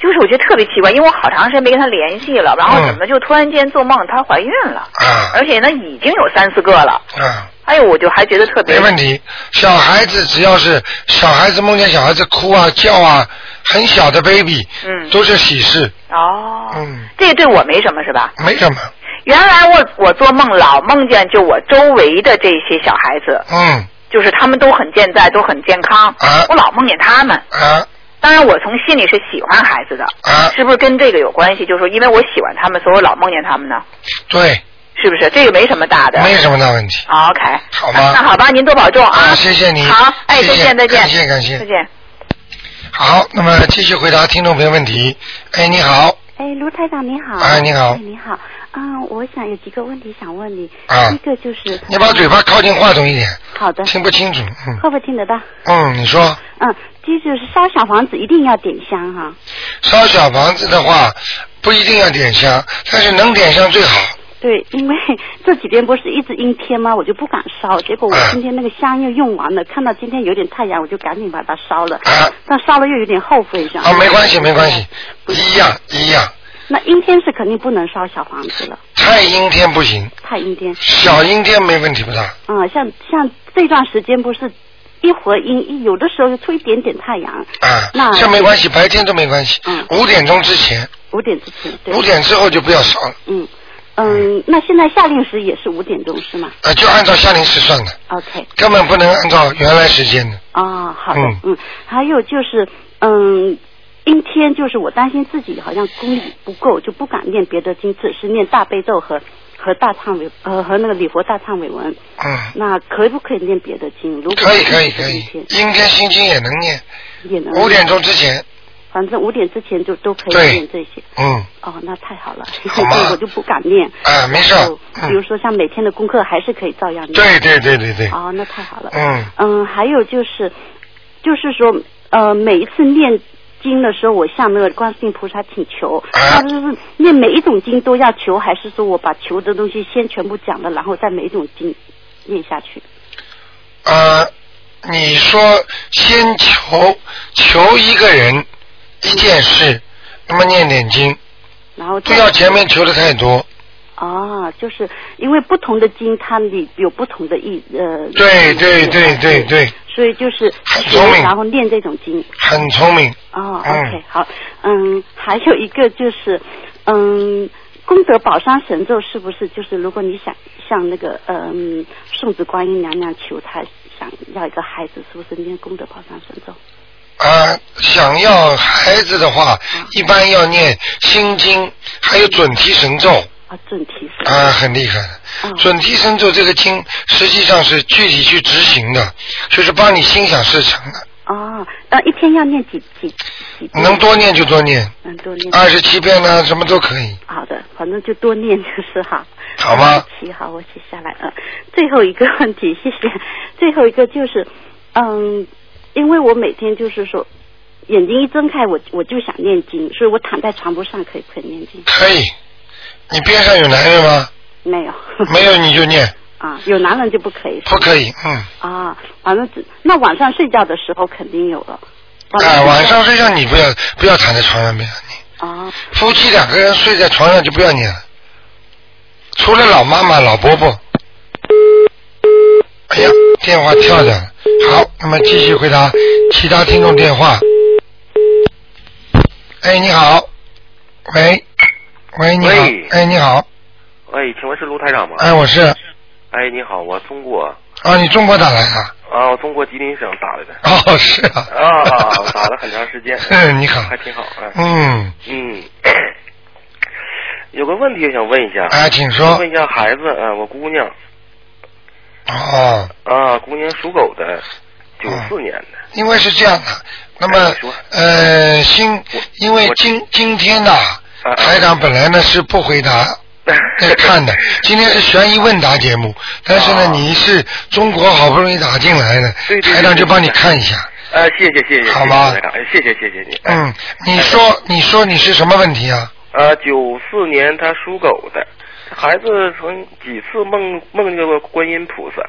Speaker 5: 就是我觉得特别奇怪，因为我好长时间没跟他联系了，然后
Speaker 1: 嗯
Speaker 5: 怎么就突然间做梦她怀孕了，
Speaker 1: 啊
Speaker 5: 而且呢已经有三四个了，
Speaker 1: 啊，
Speaker 5: 哎呦，我就还觉得特别
Speaker 1: 没问题。小孩子只要是小孩子梦见小孩子哭啊叫啊，很小的 baby，
Speaker 5: 嗯
Speaker 1: 都是喜事，
Speaker 5: 哦，
Speaker 1: 嗯，
Speaker 5: 这个对我没什么是吧？
Speaker 1: 没什么，
Speaker 5: 原来我我做梦老梦见就我周围的这些小孩子，
Speaker 1: 嗯
Speaker 5: 就是他们都很健在，都很健康，
Speaker 1: 啊
Speaker 5: 我老梦见他们。
Speaker 1: 啊
Speaker 5: 当然，我从心里是喜欢孩子的，
Speaker 1: 啊，
Speaker 5: 是不是跟这个有关系？就是说，因为我喜欢他们，所以我老梦见他们呢，
Speaker 1: 对，
Speaker 5: 是不是？这个没什么大的。啊
Speaker 1: 没什么大问题。
Speaker 5: OK，
Speaker 1: 好吧
Speaker 5: 那那好吧，您多保重啊！
Speaker 1: 啊谢谢你
Speaker 5: 好，哎，
Speaker 1: 谢
Speaker 5: 再
Speaker 1: 谢
Speaker 5: 见，再见，
Speaker 1: 感谢感谢
Speaker 5: 再见。
Speaker 1: 好，那么继续回答听众朋友问题。哎，你好，
Speaker 6: 哎，卢台长你好。
Speaker 1: 哎你好
Speaker 6: 哎，你好。啊，我想有几个问题想问你。
Speaker 1: 啊
Speaker 6: 一个就是。
Speaker 1: 你把嘴巴靠近话筒一点，
Speaker 6: 好的。
Speaker 1: 听不清楚。嗯
Speaker 6: 会不会听得到？
Speaker 1: 嗯，你说
Speaker 6: 嗯，这就是烧小房子一定要点香哈。
Speaker 1: 烧小房子的话，不一定要点香，但是能点香最好。
Speaker 6: 对，因为 这几天不是一直阴天吗？我就不敢烧，结果我
Speaker 1: 啊
Speaker 6: 今天那个香又用完了，看到今天有点太阳，我就赶紧把它烧了。
Speaker 1: 啊
Speaker 6: 但烧了又有点后悔，想。
Speaker 1: 啊，没关系，没关系，
Speaker 6: 不是
Speaker 1: 一样一样。
Speaker 6: 那阴天是肯定不能烧小房子了，
Speaker 1: 太阴天不行，
Speaker 6: 太阴天。
Speaker 1: 小阴天没问题不大。
Speaker 6: 嗯，像像这段时间不是一会儿阴，一有的时候又出一点点太阳，
Speaker 1: 啊，
Speaker 6: 那
Speaker 1: 这没关系，白天都没关系
Speaker 6: 嗯。
Speaker 1: 五点钟之前，
Speaker 6: 五点之前，对
Speaker 1: 五，点之后就不要烧了，
Speaker 6: 嗯嗯，那现在夏令时也是五点钟是吗
Speaker 1: 啊，就按照夏令时算的，
Speaker 6: ？OK，
Speaker 1: 根本不能按照原来时间的。
Speaker 6: 哦，好的
Speaker 1: 嗯，
Speaker 6: 嗯，还有就是，嗯，阴天就是我担心自己好像功力不够，就不敢念别的经，只是念大悲咒和和大忏悔呃和那个礼佛大忏悔文。
Speaker 1: 嗯，
Speaker 6: 那可不可以念别的经？如果
Speaker 1: 可以可以可
Speaker 6: 阴
Speaker 1: 以
Speaker 6: 天，
Speaker 1: 阴天心经也能念，
Speaker 6: 也能
Speaker 1: 五点钟之前。
Speaker 6: 反正五点之前就都可
Speaker 1: 对
Speaker 6: 以念这些。
Speaker 1: 嗯，
Speaker 6: 哦，那太好了，
Speaker 1: 好 吗
Speaker 6: 我就不敢念。
Speaker 1: 啊，没事儿
Speaker 6: 然后。比如
Speaker 1: 嗯，
Speaker 6: 说像每天的功课还是可以照样念。。
Speaker 1: 对对对对对，
Speaker 6: 哦，那太好了。
Speaker 1: 嗯
Speaker 6: 嗯，还有就是，就是说，呃，每一次念经的时候，我向那个观世音菩萨请求，
Speaker 1: 啊
Speaker 6: 那就是念每一种经都要求，还是说我把求的东西先全部讲了，然后再每一种经念下去？
Speaker 1: 呃，你说先求求一个人一件事，那么念点经，
Speaker 6: 然后
Speaker 1: 不
Speaker 6: 再
Speaker 1: 要前面求的太多。
Speaker 6: 哦，就是因为不同的经它里有不同的意呃，
Speaker 1: 对
Speaker 6: 意思
Speaker 1: 对对对对，
Speaker 6: 所以就是
Speaker 1: 很
Speaker 6: 学
Speaker 1: 聪明
Speaker 6: 然后念这种经。
Speaker 1: 很聪明。
Speaker 6: 哦、
Speaker 1: 嗯
Speaker 6: o k 好，嗯，还有一个就是，嗯，功德宝山神咒是不是就是如果你想向那个嗯送子观音娘娘求她想要一个孩子，是不是念功德宝山神咒？
Speaker 1: 啊，想要孩子的话，
Speaker 6: 嗯
Speaker 1: 一般要念心经，还有准提神咒，
Speaker 6: 啊，准提是吧
Speaker 1: 啊，很厉害的。
Speaker 6: 嗯
Speaker 1: 准提神咒这个经实际上是具体去执行的，就是帮你心想事成的，
Speaker 6: 哦，那一天要念几几几遍？
Speaker 1: 能多念就多念，
Speaker 6: 能多念。
Speaker 1: 二十七遍啊呢，什么都可以。
Speaker 6: 好的，反正就多念就是好。
Speaker 1: 好吗？
Speaker 6: 行，好，我写下来。嗯，最后一个问题，谢谢。最后一个就是，嗯，因为我每天就是说，眼睛一睁开，我我就想念经，所以我躺在床铺上可以可以念经。
Speaker 1: 可以。你边上有男人吗？
Speaker 6: 没有。
Speaker 1: 没有你就念，
Speaker 6: 啊，有男人就不可以。
Speaker 1: 不可以。嗯。
Speaker 6: 啊，反正只那晚上睡觉的时候肯定有了。
Speaker 1: 啊，晚上睡觉你不要不要躺在床上边，
Speaker 6: 啊，
Speaker 1: 夫妻两个人睡在床上就不要念了，除了老妈妈、老伯伯。哎呀，电话跳掉了。好，那么继续回答其他听众电话。哎，你好，喂，喂，你好
Speaker 7: 喂，
Speaker 1: 哎，你好，
Speaker 7: 哎，请问是卢台长吗？
Speaker 1: 哎，我是，
Speaker 7: 哎，你好，我中国
Speaker 1: 啊，你中国打来的？
Speaker 7: 啊，我中国吉林省打来的。
Speaker 1: 哦，是啊。
Speaker 7: 啊 我打了很长时间
Speaker 1: 嗯，你好。
Speaker 7: 还挺好哎
Speaker 1: 嗯，
Speaker 7: 嗯，有个问题想问一下，
Speaker 1: 哎，请说
Speaker 7: 问。一下孩子，呃，我姑娘
Speaker 1: 哦，
Speaker 7: 啊，姑娘属狗的，九四年的，
Speaker 1: 因为是这样的，那么
Speaker 7: 哎你说
Speaker 1: 呃，今因为
Speaker 7: 我
Speaker 1: 今今天呐、
Speaker 7: 啊
Speaker 1: 台长本来呢是不回答。 在看的，今天是悬疑问答节目，但是呢，
Speaker 7: 啊
Speaker 1: 你是中国好不容易打进来的
Speaker 7: 对，对对
Speaker 1: 台长就
Speaker 7: 对
Speaker 1: 帮你
Speaker 7: 对
Speaker 1: 看一下，
Speaker 3: 啊
Speaker 7: 呃，谢谢谢谢谢谢，
Speaker 1: 好吗
Speaker 7: 台长哎谢谢谢谢你。
Speaker 1: 嗯，你说，你说你是什么问题啊？
Speaker 7: 呃，九四年他属狗的，孩子曾几次梦梦见过观音菩萨，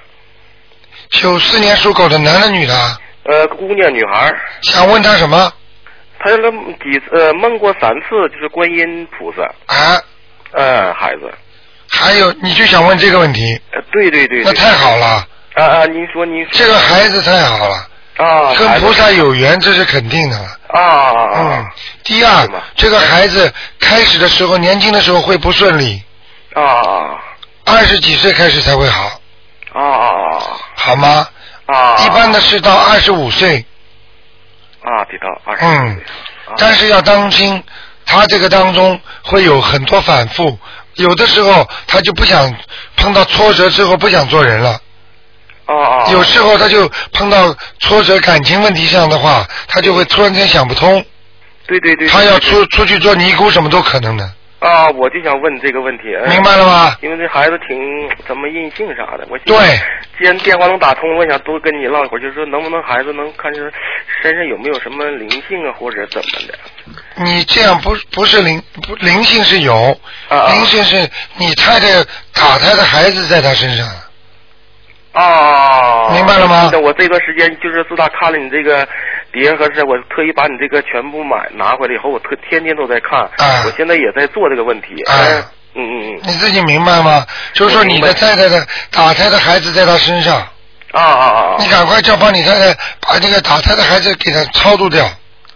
Speaker 1: 九四年属狗的男的女的啊？
Speaker 7: 呃，姑娘女孩儿，
Speaker 1: 想问他什么？
Speaker 7: 她了几次呃梦过三次，就是观音菩萨，
Speaker 1: 啊，
Speaker 7: 呃，孩子，
Speaker 1: 还有你就想问这个问题，
Speaker 7: 呃，对对对，
Speaker 1: 那太好了，
Speaker 7: 对啊啊，您说您说
Speaker 1: 这个孩子太好了，
Speaker 7: 啊，
Speaker 1: 跟
Speaker 7: 孩子
Speaker 1: 菩萨有缘，这是肯定的了。
Speaker 7: 啊啊啊
Speaker 1: 嗯
Speaker 7: 啊，
Speaker 1: 第二
Speaker 7: 是吗，
Speaker 1: 这个孩子开始的时候，年轻的时候会不顺利，
Speaker 7: 啊啊
Speaker 1: 二十几岁开始才会好，
Speaker 7: 啊啊
Speaker 1: 好吗？
Speaker 7: 啊啊，
Speaker 1: 一般的是到二十五岁，
Speaker 7: 啊，得到二十
Speaker 1: 嗯
Speaker 7: 岁啊
Speaker 1: 但是要当心，他这个当中会有很多反复，有的时候他就不想碰到挫折之后不想做人了，
Speaker 7: 啊啊，
Speaker 1: 有时候他就碰到挫折感情问题上的话，他就会突然间想不通，
Speaker 7: 对对对，
Speaker 1: 他要
Speaker 7: 对
Speaker 1: 出出去做尼姑什么都可能的，
Speaker 7: 啊，我就想问这个问题，呃
Speaker 1: 明白了吗？
Speaker 7: 因为这孩子挺怎么任性啥的，我
Speaker 1: 对，
Speaker 7: 既然电话能打通，我想多跟你唠一会儿，就是说能不能孩子能看就是身上有没有什么灵性啊，或者怎么的
Speaker 1: 你这样不不是灵不灵性是有，
Speaker 7: 啊啊
Speaker 1: 灵性是你太太打胎的孩子在他身上，
Speaker 7: 啊？
Speaker 1: 明白了吗
Speaker 7: 那我这段时间就是自打看了你这个碟和是，我特意把你这个全部买拿回来以后，我特天天都在看，
Speaker 1: 啊
Speaker 7: 我现在也在做这个问题，
Speaker 1: 啊
Speaker 7: 哎嗯嗯嗯，
Speaker 1: 你自己明白吗？就是说你的
Speaker 7: 我明白
Speaker 1: 太太的打胎的孩子在他身上，
Speaker 7: 啊啊啊
Speaker 1: 你赶快叫帮你太太把这个打胎的孩子给他超度掉，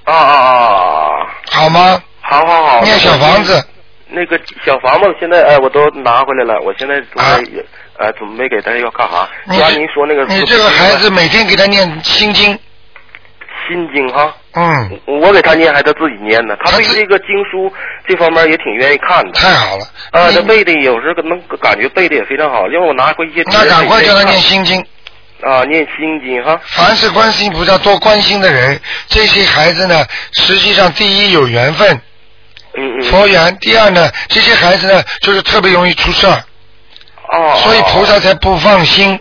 Speaker 7: 啊啊啊啊，
Speaker 1: 好吗？
Speaker 7: 好好好，
Speaker 1: 念小房子，
Speaker 7: 那个小房子现在哎、我都拿回来了，我现在准备、呃准备给他要干啥？
Speaker 1: 啊你
Speaker 7: 按您说那个
Speaker 1: 你这个孩子每天给他念心经，
Speaker 7: 心经哈，
Speaker 1: 嗯，
Speaker 7: 我给他念还他自己念呢，他对这个经书这方面也挺愿意看的
Speaker 1: 太好了，
Speaker 7: 啊，
Speaker 1: 你
Speaker 7: 他背的有时候能感觉背的也非常好，因为我拿回一些别
Speaker 1: 那
Speaker 7: 人
Speaker 1: 赶快
Speaker 7: 给
Speaker 1: 叫
Speaker 7: 他
Speaker 1: 他
Speaker 7: 看
Speaker 1: 念心经。
Speaker 7: 啊，念心经哈
Speaker 1: 凡是观世音菩萨多关心的人，这些孩子呢，实际上第一有缘分，
Speaker 7: 嗯嗯
Speaker 1: 佛缘；第二呢，这些孩子呢，就是特别容易出事儿，
Speaker 7: 哦，
Speaker 1: 所以菩萨才不放心，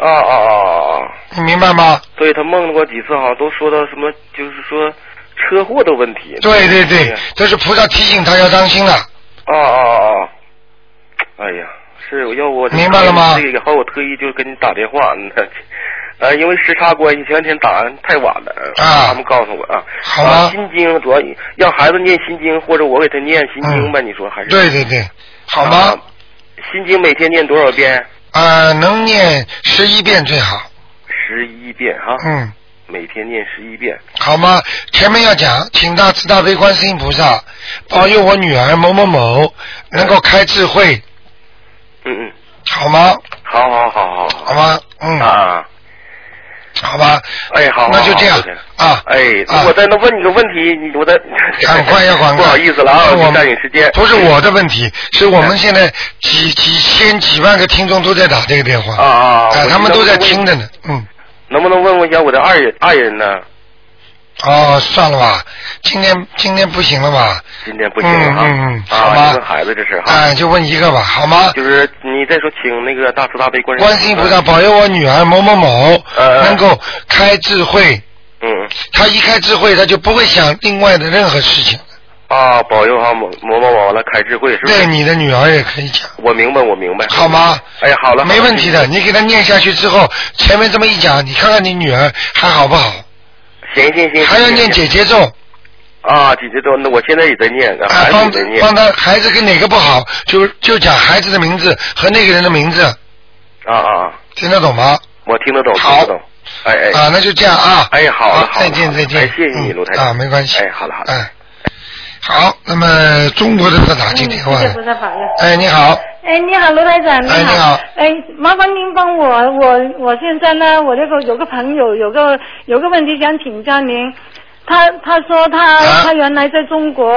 Speaker 7: 啊啊啊啊，
Speaker 1: 你明白吗？
Speaker 7: 对他梦过几次好像都说到什么就是说车祸的问题，哎
Speaker 1: 对对对，这是菩萨提醒他要当心了。
Speaker 7: 哦哦哦！哎呀，是我要我
Speaker 1: 明白了吗
Speaker 7: 这个以后我特意就跟你打电话， 嗯呃，因为时差关系，前两天打太晚了，
Speaker 1: 啊
Speaker 7: 他们告诉我啊，
Speaker 1: 好
Speaker 7: 啊
Speaker 1: 吗
Speaker 7: 心经主要让孩子念心经，或者我给他念心经呗，
Speaker 1: 嗯
Speaker 7: 你说还是
Speaker 1: 对对对，好吗
Speaker 7: 啊？心经每天念多少遍？
Speaker 1: 啊，能念十一遍最好。
Speaker 7: 十一遍哈，
Speaker 1: 嗯，
Speaker 7: 每天念十一遍。
Speaker 1: 好吗？前面要讲，请大慈大悲观世音菩萨保佑我女儿某某某能够开智慧，
Speaker 7: 嗯嗯，
Speaker 1: 好吗？
Speaker 7: 好好好
Speaker 1: 好
Speaker 7: 好好。
Speaker 1: 吗？嗯。
Speaker 7: 啊啊！
Speaker 1: 好吧，
Speaker 7: 哎，好，好
Speaker 1: 那就这样
Speaker 7: 好
Speaker 1: 啊。
Speaker 7: 哎
Speaker 1: 啊，
Speaker 7: 我再能问你个问题，你我再
Speaker 1: 赶快要赶快，
Speaker 7: 不好意思了啊，
Speaker 1: 是我
Speaker 7: 我占你时间。嗯
Speaker 1: 不是我的问题，是我们现在几几千几万个听众都在打这个电话
Speaker 7: 啊啊啊
Speaker 1: 哎
Speaker 7: 我
Speaker 1: 他们
Speaker 7: 知道
Speaker 1: 都在
Speaker 7: 这个
Speaker 1: 听
Speaker 7: 问
Speaker 1: 着呢，嗯，
Speaker 7: 能不能问问一下我的爱人爱人呢？
Speaker 1: 哦，算了吧，今天今天不行了吧？
Speaker 7: 今天不行了
Speaker 1: 嗯
Speaker 7: 啊，
Speaker 1: 嗯嗯好吧
Speaker 7: 啊，问孩子这事哈，
Speaker 1: 哎，就问一个吧，好吗？
Speaker 7: 就是你再说，请那个大慈大悲观世
Speaker 1: 观世音菩
Speaker 7: 嗯
Speaker 1: 萨，保佑我女儿某某某
Speaker 7: 呃
Speaker 1: 能够开智慧，
Speaker 7: 嗯嗯
Speaker 1: 她一开智慧，她就不会想另外的任何事情。
Speaker 7: 啊，保佑哈某某某某来开智慧是不
Speaker 1: 对
Speaker 7: 是？
Speaker 1: 你的女儿也可以讲，
Speaker 7: 我明白，我明白，
Speaker 1: 好吗？
Speaker 7: 哎，好了，
Speaker 1: 没问题的，
Speaker 7: 好了
Speaker 1: 你给他念下去之后，前面这么一讲，你看看你女儿还好不好？
Speaker 7: 行行行，
Speaker 1: 还要
Speaker 7: 行
Speaker 1: 念姐姐咒，
Speaker 7: 啊，姐姐都，那我现在也在念，啊
Speaker 1: 啊
Speaker 7: 孩，子
Speaker 1: 帮
Speaker 7: 也在念
Speaker 1: 帮他孩子跟哪个不好，就就讲孩子的名字和那个人的名字，
Speaker 7: 啊啊，啊
Speaker 1: 听得懂吗？
Speaker 7: 我听得懂，听
Speaker 1: 好
Speaker 7: 得懂，哎哎，
Speaker 1: 啊，那就这样啊。
Speaker 7: 哎好了好了
Speaker 1: 再见
Speaker 7: 好了
Speaker 1: 再见。
Speaker 7: 哎谢谢你
Speaker 1: 嗯
Speaker 7: 卢台长
Speaker 1: 啊，没关系。
Speaker 7: 哎好了好了
Speaker 1: 哎，好，那么中国的他打进电话
Speaker 8: 嗯谢谢
Speaker 1: 了
Speaker 8: 菩。萨保佑。
Speaker 1: 哎，你好，
Speaker 8: 哎，你好，罗台长，你好。
Speaker 1: 哎你好
Speaker 8: 哎麻烦您帮我，我我现在呢，我这个有个朋友，有个有个问题想请教您。他他说他、
Speaker 1: 啊
Speaker 8: 他原来在中国，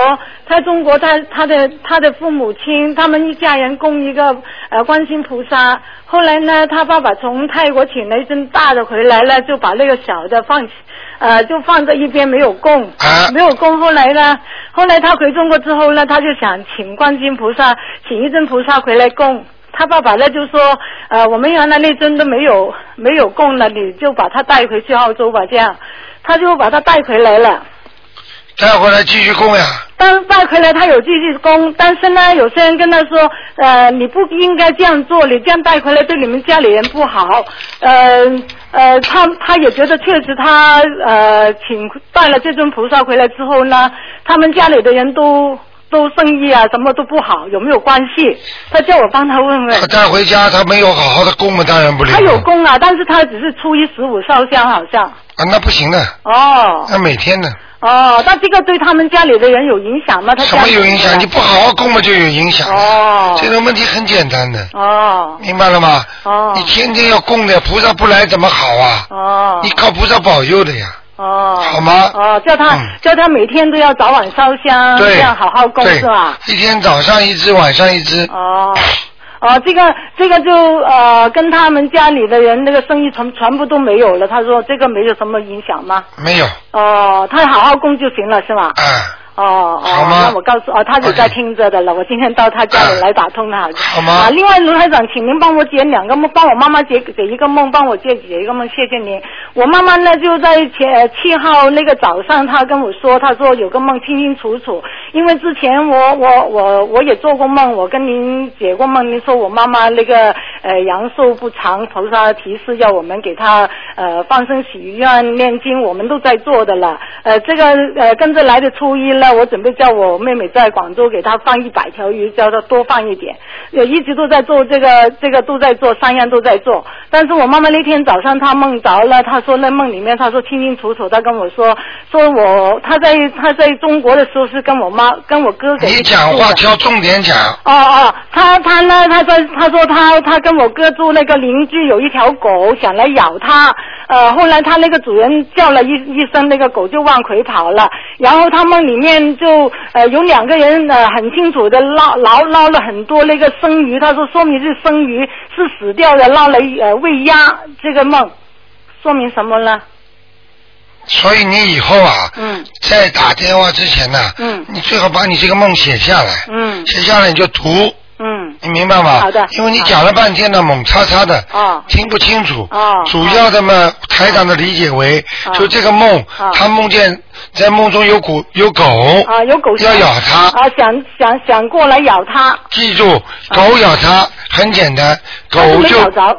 Speaker 8: 在中国他他的他的父母亲他们一家人供一个呃观世音菩萨，后来呢他爸爸从泰国请了一尊大的回来了，就把那个小的放呃就放在一边没有供，
Speaker 1: 啊
Speaker 8: 没有供。后来呢，后来他回中国之后呢，他就想请观世音菩萨，请一尊菩萨回来供。他爸爸呢就说，呃，我们原来那尊都没有没有供了，你就把它带回去澳洲吧，这样，他就把它带回来了。
Speaker 1: 带回来继续供呀。
Speaker 8: 但带回来他有继续供，但是呢，有些人跟他说，呃，你不应该这样做，你这样带回来对你们家里人不好。呃呃，他他也觉得确实他呃请带了这尊菩萨回来之后呢，他们家里的人都都生意啊什么都不好，有没有关系？他叫我帮他问问
Speaker 1: 他。带回家，他没有好好的供嘛，当然不灵
Speaker 8: 他有
Speaker 1: 了。
Speaker 8: 供啊，但是他只是初一十五烧香好像。
Speaker 1: 啊，那不行的，
Speaker 8: 哦
Speaker 1: 那每天的，
Speaker 8: 哦，那这个对他们家里的人有影响吗？他
Speaker 1: 什
Speaker 8: 家
Speaker 1: 么
Speaker 8: 里
Speaker 1: 有影响？
Speaker 8: 人
Speaker 1: 你不好好供嘛就有影响。
Speaker 8: 哦
Speaker 1: 这种问题很简单的，
Speaker 8: 哦
Speaker 1: 明白了吗？
Speaker 8: 哦
Speaker 1: 你天天要供的，菩萨不来怎么好啊？
Speaker 8: 哦
Speaker 1: 你靠菩萨保佑的呀，
Speaker 8: 哦
Speaker 1: 好吗？
Speaker 8: 哦，叫他、
Speaker 1: 嗯
Speaker 8: 叫他每天都要早晚烧香，
Speaker 1: 对，
Speaker 8: 这样好好供
Speaker 1: 对
Speaker 8: 是吧？
Speaker 1: 一天早上一只，晚上一只。
Speaker 8: 哦。哦，这个这个就呃，跟他们家里的人那个生意全全部都没有了。他说这个没有什么影响吗？
Speaker 1: 没有，
Speaker 8: 哦，他好好供就行了，是吧？
Speaker 1: 啊，
Speaker 8: 哦哦
Speaker 1: 好，吗
Speaker 8: 那我告诉哦，他有在
Speaker 1: OK
Speaker 8: 听着的了。我今天到他家里来打通了，
Speaker 1: 好吗
Speaker 8: 啊，另外卢台长，请您帮我解两个梦，帮我妈妈解解一个梦，帮我解解一个梦，谢谢您。我妈妈呢就在前呃七号那个早上，她跟我说，她说有个梦清清楚楚，因为之前我我我我也做过梦，我跟您解过梦，您说我妈妈那个呃阳寿不长，菩萨提示要我们给她呃放生许愿念经，我们都在做的了。呃，这个呃跟着来的初一呢，我准备叫我妹妹在广州给她放一百条鱼，叫她多放一点。呃，一直都在做这个，这个都在做，三样都在做。但是我妈妈那天早上她梦着了，她说那梦里面她说清清楚楚，她跟我说，说我她在她在中国的时候是跟我妈跟我哥哥一
Speaker 1: 你
Speaker 8: 起
Speaker 1: 讲
Speaker 8: 住
Speaker 1: 话
Speaker 8: 的
Speaker 1: 挑重点讲，
Speaker 8: 哦哦，他他呢，他说他说他他跟我哥住那个邻居有一条狗想来咬他，呃，后来他那个主人叫了一一声，那个狗就往回跑了。然后他梦里面就呃有两个人呃很清楚的捞捞捞了很多那个生鱼，他说说明是生鱼是死掉的，捞了一呃喂鸭这个梦，说明什么呢？
Speaker 1: 所以你以后啊，
Speaker 8: 嗯
Speaker 1: 在打电话之前呢、
Speaker 8: 嗯
Speaker 1: 你最好把你这个梦写下来，
Speaker 8: 嗯
Speaker 1: 写下来你就读，
Speaker 8: 嗯
Speaker 1: 你明白吗？
Speaker 8: 好的
Speaker 1: 因为你讲了半天呢，猛叉叉的，
Speaker 8: 哦
Speaker 1: 听不清楚。
Speaker 8: 哦
Speaker 1: 主要的嘛，台长的理解为，
Speaker 8: 哦
Speaker 1: 就这个梦
Speaker 8: 哦，
Speaker 1: 他梦见在梦中有狗，有狗，
Speaker 8: 啊有狗
Speaker 1: 要咬他，
Speaker 8: 啊想想想过来咬他，
Speaker 1: 记住，狗咬他很简单，
Speaker 8: 但是
Speaker 1: 狗
Speaker 8: 哦没
Speaker 1: 就
Speaker 8: 咬着，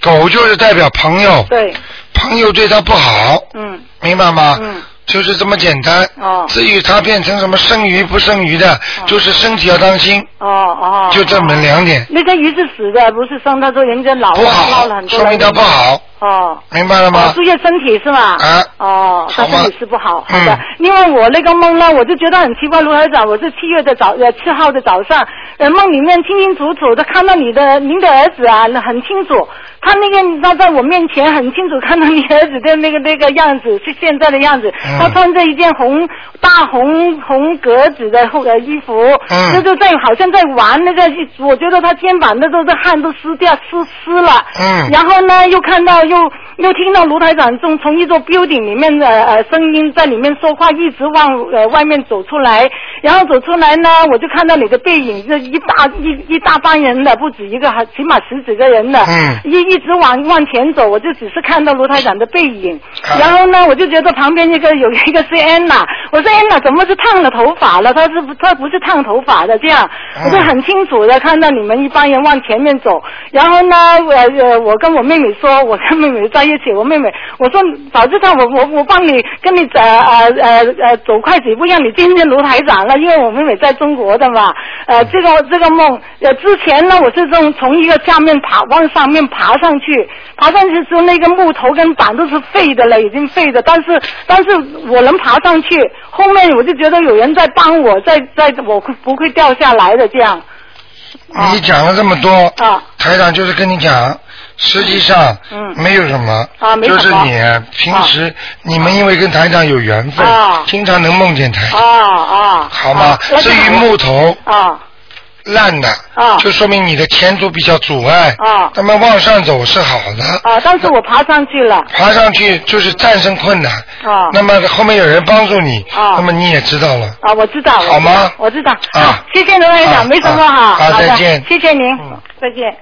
Speaker 1: 狗就是代表朋友，
Speaker 8: 对，
Speaker 1: 朋友对他不好，
Speaker 8: 嗯
Speaker 1: 明白吗？
Speaker 8: 嗯。
Speaker 1: 就是这么简单。
Speaker 8: 哦
Speaker 1: 至于他变成什么生鱼不生鱼的，就是身体要当心，
Speaker 8: 哦哦，
Speaker 1: 就这么两点。
Speaker 8: 那个鱼是死的，不是生。他说人家老
Speaker 1: 不
Speaker 8: 了
Speaker 1: 好
Speaker 8: 捞了很，多
Speaker 1: 说明他不好，
Speaker 8: 哦。
Speaker 1: 明白了
Speaker 8: 哦
Speaker 1: 吗，？
Speaker 8: 注意身体是吧？
Speaker 1: 啊
Speaker 8: 哦，他
Speaker 1: 好吗
Speaker 8: 身体是不好，好的。
Speaker 1: 嗯
Speaker 8: 另外我那个梦呢，我就觉得很奇怪，卢台长，我是七月的早呃七号的早上，呃梦里面清清楚楚的看到你的您的儿子啊，很清楚，他那个他在我面前很清楚看到你儿子的那个那个样子是现在的样子，
Speaker 1: 嗯
Speaker 8: 他穿着一件红大红红格子的后呃衣服，
Speaker 1: 嗯
Speaker 8: 这就在好像在玩那个，我觉得他肩膀那都是汗都湿掉湿湿了，
Speaker 1: 嗯
Speaker 8: 然后呢，又看到又又听到卢台长从从一座 building 里面的呃声音在里面说话，一直往呃外面走出来，然后走出来呢，我就看到你的背影，这一大一一大帮人的，不止一个，还起码十几个人的，
Speaker 1: 嗯
Speaker 8: 一一直往往前走，我就只是看到卢台长的背影，
Speaker 1: 啊
Speaker 8: 然后呢，我就觉得旁边那个有一个是安娜，我说安娜怎么是烫了头发了？她是不她不是烫头发的，这样
Speaker 1: 嗯
Speaker 8: 我就很清楚的看到你们一帮人往前面走，然后呢，我呃我跟我妹妹说，我跟妹妹在一起，我妹妹我说早知道我我我帮你跟你呃呃呃呃走快几步，让你见见卢台长啊了，因为我妹妹在中国的嘛，呃
Speaker 1: 嗯
Speaker 8: 这个这个梦，呃之前呢我是从从一个下面爬往上面爬上去，爬上去之后那个木头跟板都是废的了，已经废的，但是但是我能爬上去，后面我就觉得有人在帮我，在在我会不会掉下来的这样。啊
Speaker 1: 你讲了这么多，
Speaker 8: 啊
Speaker 1: 台长就是跟你讲，实际上
Speaker 8: 嗯
Speaker 1: 没有什么，
Speaker 8: 啊没什
Speaker 1: 就
Speaker 8: 么哦
Speaker 1: 是你平时你们因为跟台长有缘分
Speaker 8: 啊，
Speaker 1: 经常能梦见台，
Speaker 8: 啊啊！
Speaker 1: 好吗
Speaker 8: 啊？
Speaker 1: 至于木头
Speaker 8: 啊
Speaker 1: 烂的，
Speaker 8: 啊
Speaker 1: 就说明你的前途比较阻碍。
Speaker 8: 啊
Speaker 1: 那么往上走是好的，
Speaker 8: 啊，但是我爬上去了，
Speaker 1: 爬上去就是战胜困难。
Speaker 8: 啊
Speaker 1: 那么后面有人帮助你，
Speaker 8: 啊
Speaker 1: 那么你也知道了。
Speaker 8: 啊，我知道，我知道
Speaker 1: 好吗
Speaker 8: 我知道，
Speaker 1: 啊
Speaker 8: 好谢谢罗台
Speaker 1: 啊
Speaker 8: 长，没什么哈，
Speaker 1: 啊啊
Speaker 8: 好的
Speaker 1: 再见嗯
Speaker 8: 谢谢您，再见。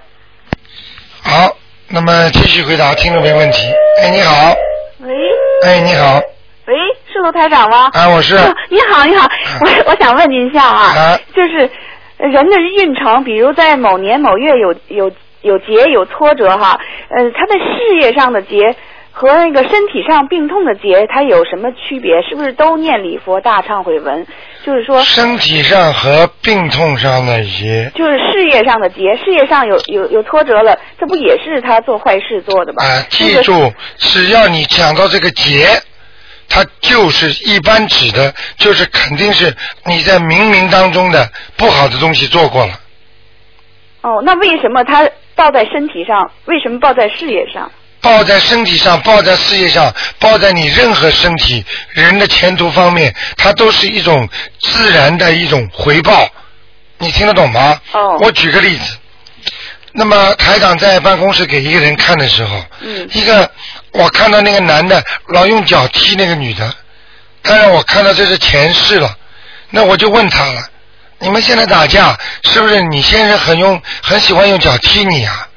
Speaker 1: 好，那么继续回答听众朋友问题。哎，你好，
Speaker 9: 喂
Speaker 1: 哎，你好，
Speaker 9: 喂，是卢台长吗？
Speaker 1: 啊我是嗯
Speaker 9: 哦你好，你好，我我想问您一下啊，
Speaker 1: 啊
Speaker 9: 就是人的运程，比如在某年某月有有有劫有挫折哈，呃，他的事业上的劫和那个身体上病痛的劫，它有什么区别？是不是都念礼佛大忏悔文？就是说，
Speaker 1: 身体上和病痛上的些，
Speaker 9: 就是事业上的劫，事业上有有有挫折了，这不也是他做坏事做的吗？
Speaker 1: 啊，
Speaker 9: 那
Speaker 1: 记
Speaker 9: 个
Speaker 1: 住，只要你讲到这个劫，它就是一般指的，就是肯定是你在冥冥当中的不好的东西做过了。
Speaker 9: 哦，那为什么他报在身体上？为什么报在事业上？
Speaker 1: 报在身体上，报在事业上，报在你任何身体、人的前途方面，它都是一种自然的一种回报。你听得懂吗？
Speaker 9: 哦
Speaker 1: 我举个例子，那么台长在办公室给一个人看的时候，
Speaker 9: 嗯
Speaker 1: 一个我看到那个男的老用脚踢那个女的，当然我看到这是前世了，那我就问他了，你们现在打架是不是你先生很用很喜欢用脚踢你啊？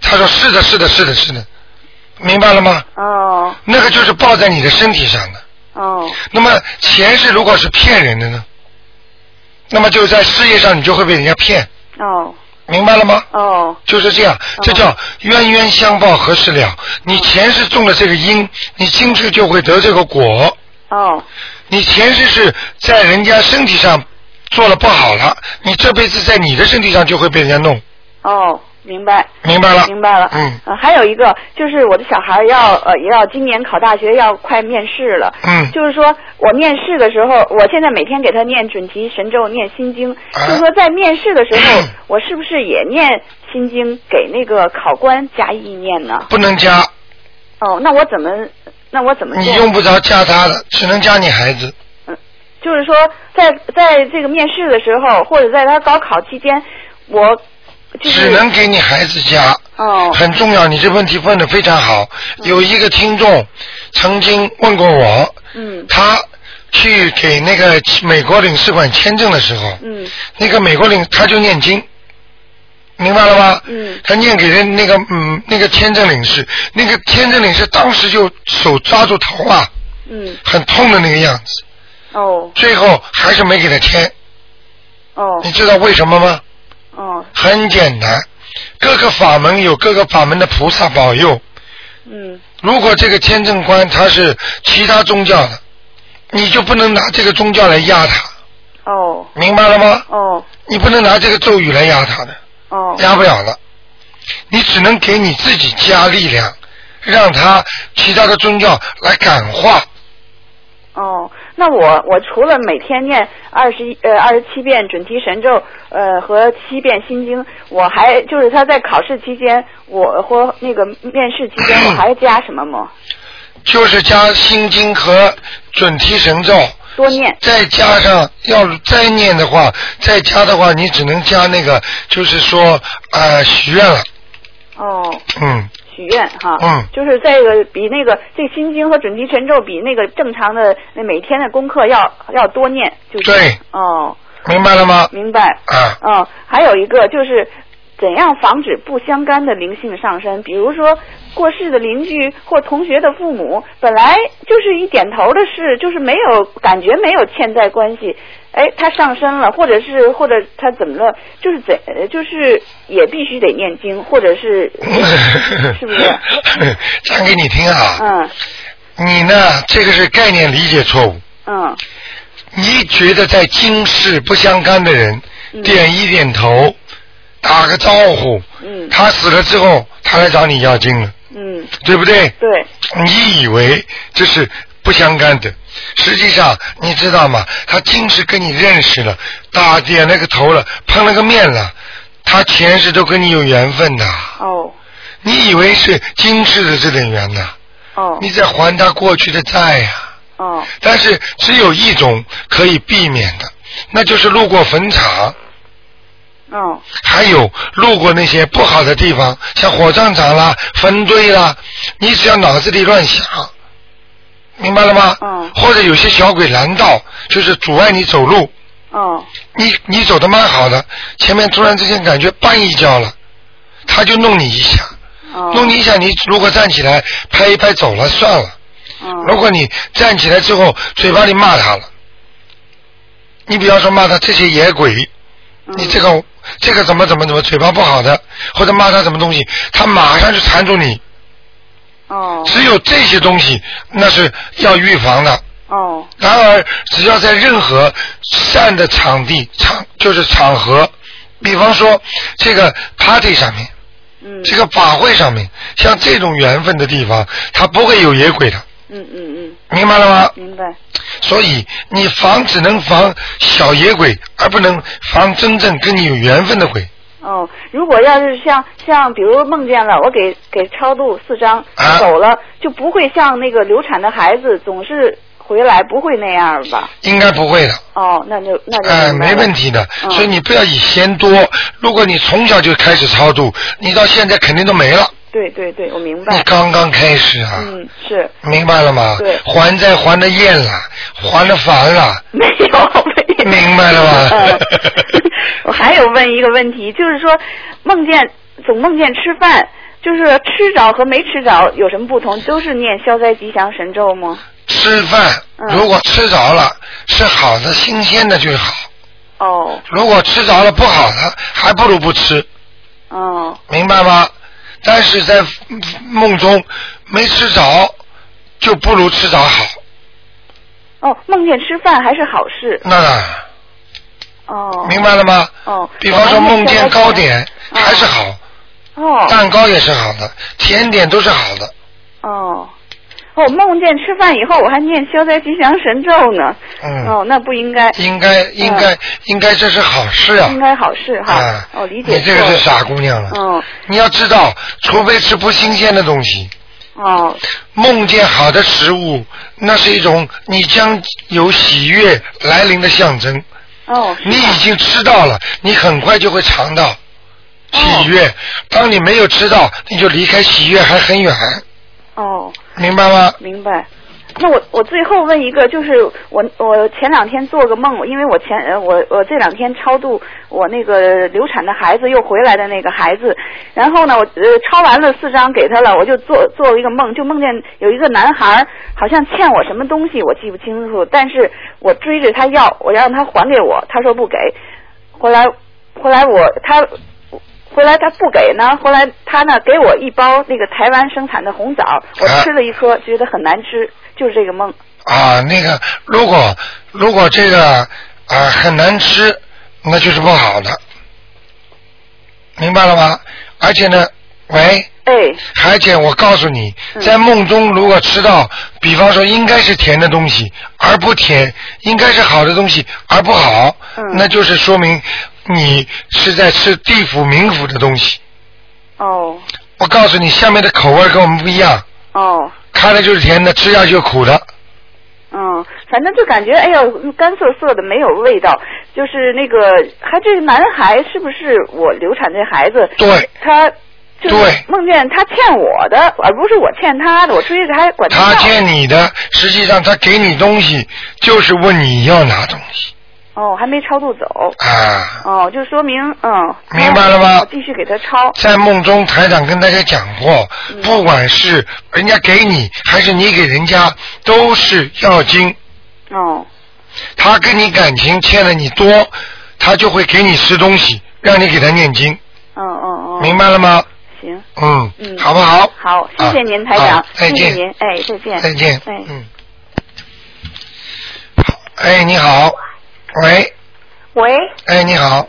Speaker 1: 他说是的，是的，是的，是的，明白了吗？
Speaker 9: 哦
Speaker 1: 那个就是抱在你的身体上的。
Speaker 9: 哦
Speaker 1: 那么前世如果是骗人的呢？那么就在事业上你就会被人家骗，
Speaker 9: 哦
Speaker 1: 明白了吗？
Speaker 9: 哦
Speaker 1: 就是这样，这叫冤冤相报何时了？你前世种了这个因，你今世就会得这个果。
Speaker 9: 哦
Speaker 1: 你前世是在人家身体上做了不好了，你这辈子在你的身体上就会被人家弄，
Speaker 9: 哦，明白
Speaker 1: 明白了？
Speaker 9: 明白了。
Speaker 1: 嗯
Speaker 9: 呃还有一个就是我的小孩要呃也要今年考大学要快面试了。
Speaker 1: 嗯
Speaker 9: 就是说我面试的时候，我现在每天给他念准提神咒，念心经。
Speaker 1: 啊
Speaker 9: 就是说在面试的时
Speaker 1: 嗯
Speaker 9: 候，我是不是也念心经给那个考官加意念呢？
Speaker 1: 不能加，
Speaker 9: 哦，那我怎么那我怎么做？
Speaker 1: 你用不着加他的，只能加你孩子。
Speaker 9: 就是说在在这个面试的时候，或者在他高考期间，我就是
Speaker 1: 只能给你孩子加，
Speaker 9: 哦
Speaker 1: 很重要。你这问题问的非常好。有一个听众曾经问过我，
Speaker 9: 嗯
Speaker 1: 他去给那个美国领事馆签证的时候，
Speaker 9: 嗯
Speaker 1: 那个美国领他就念经，明白了吗？
Speaker 9: 嗯
Speaker 1: 他念给人那个嗯那个签证领事，那个签证领事当时就手抓住头啊，
Speaker 9: 嗯
Speaker 1: 很痛的那个样子，
Speaker 9: 哦
Speaker 1: 最后还是没给他签。
Speaker 9: 哦
Speaker 1: 你知道为什么吗？
Speaker 9: 哦
Speaker 1: 很简单，各个法门有各个法门的菩萨保佑。
Speaker 9: 嗯
Speaker 1: 如果这个签证官他是其他宗教的，你就不能拿这个宗教来压他，
Speaker 9: 哦
Speaker 1: 明白了吗？
Speaker 9: 哦
Speaker 1: 你不能拿这个咒语来压他的，
Speaker 9: 哦
Speaker 1: 压不了了。你只能给你自己加力量，让他其他的宗教来感化。
Speaker 9: 哦，那我我除了每天念二十一呃二十七遍准提神咒呃和七遍心经，我还就是他在考试期间，我或那个面试期间，我还加什么吗？
Speaker 1: 就是加心经和准提神咒，
Speaker 9: 多念
Speaker 1: 再加上要再念的话，再加的话，你只能加那个，就是说呃许愿了，
Speaker 9: 哦。
Speaker 1: 嗯，
Speaker 9: 许愿哈，
Speaker 1: 嗯
Speaker 9: 就是这个比那个这心经和准提神咒比那个正常的那每天的功课要要多念，就是
Speaker 1: 对
Speaker 9: 哦，
Speaker 1: 明白了吗？
Speaker 9: 明白，
Speaker 1: 啊，
Speaker 9: 哦，还有一个就是怎样防止不相干的灵性上身，比如说过世的邻居或同学的父母，本来就是一点头的事，就是没有感觉没有欠债关系，哎，他上身了，或者是或者他怎么了，就是怎呃就是也必须得念经，或者是 是不是？
Speaker 1: 讲给你听啊，
Speaker 9: 嗯
Speaker 1: 你呢，这个是概念理解错误。
Speaker 9: 嗯
Speaker 1: 你觉得在今世不相干的人，
Speaker 9: 嗯
Speaker 1: 点一点头，打个招呼，
Speaker 9: 嗯
Speaker 1: 他死了之后，他来找你要经了，
Speaker 9: 嗯，
Speaker 1: 对不对？
Speaker 9: 对，
Speaker 1: 你以为这是不相干的，实际上你知道吗？他今世跟你认识了，打点了个头了，碰了个面了，他前世都跟你有缘分的。
Speaker 9: 哦
Speaker 1: 你以为是今世的这点缘呐？
Speaker 9: 哦
Speaker 1: 你在还他过去的债呀、
Speaker 9: 哦
Speaker 1: 但是只有一种可以避免的，那就是路过坟场，
Speaker 9: 嗯，
Speaker 1: 还有路过那些不好的地方，像火葬场啦、坟堆啦，你只要脑子里乱想，明白了吗？
Speaker 9: 嗯。
Speaker 1: 或者有些小鬼拦道，就是阻碍你走路。
Speaker 9: 哦。
Speaker 1: 你你走的蛮好的，前面突然之间感觉绊一跤了，他就弄你一下，弄你一下，你如果站起来拍一拍走了算了。如果你站起来之后嘴巴里骂他了，你比方说骂他这些野鬼，你这个这个怎么怎么怎么嘴巴不好的，或者骂他什么东西，他马上就缠住你。
Speaker 9: 哦。
Speaker 1: 只有这些东西那是要预防的。
Speaker 9: 哦。
Speaker 1: 然而，只要在任何善的场地场就是场合，比方说这个 party 上面，
Speaker 9: 嗯，
Speaker 1: 这个法会上面，像这种缘分的地方，它不会有野鬼的。
Speaker 9: 嗯嗯嗯，
Speaker 1: 明白了吗？
Speaker 9: 明白。
Speaker 1: 所以你防只能防小野鬼，而不能防真正跟你有缘分的鬼。
Speaker 9: 哦，如果要是像像比如梦见了，我给给超度四张
Speaker 1: 啊
Speaker 9: 走了，就不会像那个流产的孩子总是回来，不会那样吧？
Speaker 1: 应该不会的，
Speaker 9: 哦，那就那就
Speaker 1: 哎、
Speaker 9: 明白
Speaker 1: 没
Speaker 9: 了
Speaker 1: 问题的。
Speaker 9: 嗯
Speaker 1: 所以你不要以嫌多。如果你从小就开始超度，你到现在肯定都没了，
Speaker 9: 对对对，我明
Speaker 1: 你
Speaker 9: 白。
Speaker 1: 刚刚开始啊，
Speaker 9: 嗯，是
Speaker 1: 明白了吗？
Speaker 9: 对嗯
Speaker 1: 还债还的厌了，还的烦了。
Speaker 9: 没有，
Speaker 1: 没有。明白了吗？
Speaker 9: 嗯，我还有问一个问题，就是说梦见总梦见吃饭，就是吃着和没吃着有什么不同？都是念消灾吉祥神咒吗？
Speaker 1: 吃饭
Speaker 9: 嗯
Speaker 1: 如果吃着了是好的、新鲜的就好；
Speaker 9: 哦
Speaker 1: 如果吃着了不好的，还不如不吃。
Speaker 9: 哦
Speaker 1: 明白吗？但是在嗯梦中没吃着，就不如吃着好。
Speaker 9: 哦，梦见吃饭还是好事
Speaker 1: 那当然，
Speaker 9: 哦。
Speaker 1: 明白了吗？
Speaker 9: 哦，
Speaker 1: 比方说梦见糕点
Speaker 9: 哦
Speaker 1: 还是好，
Speaker 9: 哦
Speaker 1: 蛋糕也是好的，甜点都是好的。
Speaker 9: 哦。哦，梦见吃饭以后，我还念消灾吉祥神咒呢。
Speaker 1: 嗯，
Speaker 9: 哦，那不应该。
Speaker 1: 应该应该应该这是好事啊
Speaker 9: 嗯应！该好事哈
Speaker 1: 啊。
Speaker 9: 哦，理解
Speaker 1: 你这
Speaker 9: 错
Speaker 1: 个
Speaker 9: 了
Speaker 1: 是傻姑娘了。
Speaker 9: 哦
Speaker 1: 你要知道，除非吃不新鲜的东西，
Speaker 9: 哦
Speaker 1: 梦见好的食物，那是一种你将有喜悦来临的象征。
Speaker 9: 哦
Speaker 1: 你已经吃到了，你很快就会尝到
Speaker 9: 哦
Speaker 1: 喜悦。当你没有吃到，你就离开喜悦还很远，
Speaker 9: 哦，
Speaker 1: 明白吗？
Speaker 9: 明白。那我我最后问一个，就是我我前两天做个梦，因为我前呃我我这两天超度我那个流产的孩子又回来的那个孩子，然后呢我呃超完了四张给他了，我就做做了一个梦，就梦见有一个男孩儿好像欠我什么东西，我记不清楚，但是我追着他要，我让他还给我，他说不给，后来后来我他后来他不给呢，后来他呢给我一包那个台湾生产的红枣，我吃了一颗，觉得很难吃，就是这个梦。
Speaker 1: 啊，那个，如果如果这个啊、很难吃，那就是不好的，明白了吗？而且呢，喂，
Speaker 9: 哎，
Speaker 1: 而且我告诉你，在梦中如果吃到，比方说应该是甜的东西而不甜，应该是好的东西而不好，那就是说明你是在吃地府冥府的东西。
Speaker 9: 哦
Speaker 1: 我告诉你，下面的口味跟我们不一样，
Speaker 9: 哦
Speaker 1: 看了就是甜的，吃下去就苦的。
Speaker 9: 嗯，反正就感觉哎呦干涩涩的，没有味道。就是那个，还这个男孩是不是我流产这孩子？
Speaker 1: 对，
Speaker 9: 他就是
Speaker 1: 对
Speaker 9: 梦见他欠我的，而不是我欠他的，我追着他还管
Speaker 1: 他
Speaker 9: 要。
Speaker 1: 欠你的，实际上他给你东西，就是问你要拿东西
Speaker 9: 哦，还没超度走。
Speaker 1: 啊。
Speaker 9: 哦，就说明嗯。
Speaker 1: 明白了吗
Speaker 9: 我继续给他超。
Speaker 1: 在梦中，台长跟大家讲过，
Speaker 9: 嗯
Speaker 1: 不管是人家给你，还是你给人家，都是要经。
Speaker 9: 哦
Speaker 1: 他跟你感情欠了你多，他就会给你吃东西，让你给他念经，
Speaker 9: 嗯嗯嗯。
Speaker 1: 明白了吗？
Speaker 9: 行。
Speaker 1: 嗯，
Speaker 9: 嗯
Speaker 1: 好不好？
Speaker 9: 好，谢谢您，
Speaker 1: 啊
Speaker 9: 台长
Speaker 1: 好，
Speaker 9: 谢
Speaker 1: 再
Speaker 9: 谢
Speaker 1: 见，
Speaker 9: 您，哎，再见，
Speaker 1: 再见。
Speaker 9: 哎，
Speaker 1: 嗯。哎，你好，喂，
Speaker 10: 喂
Speaker 1: 哎，你好，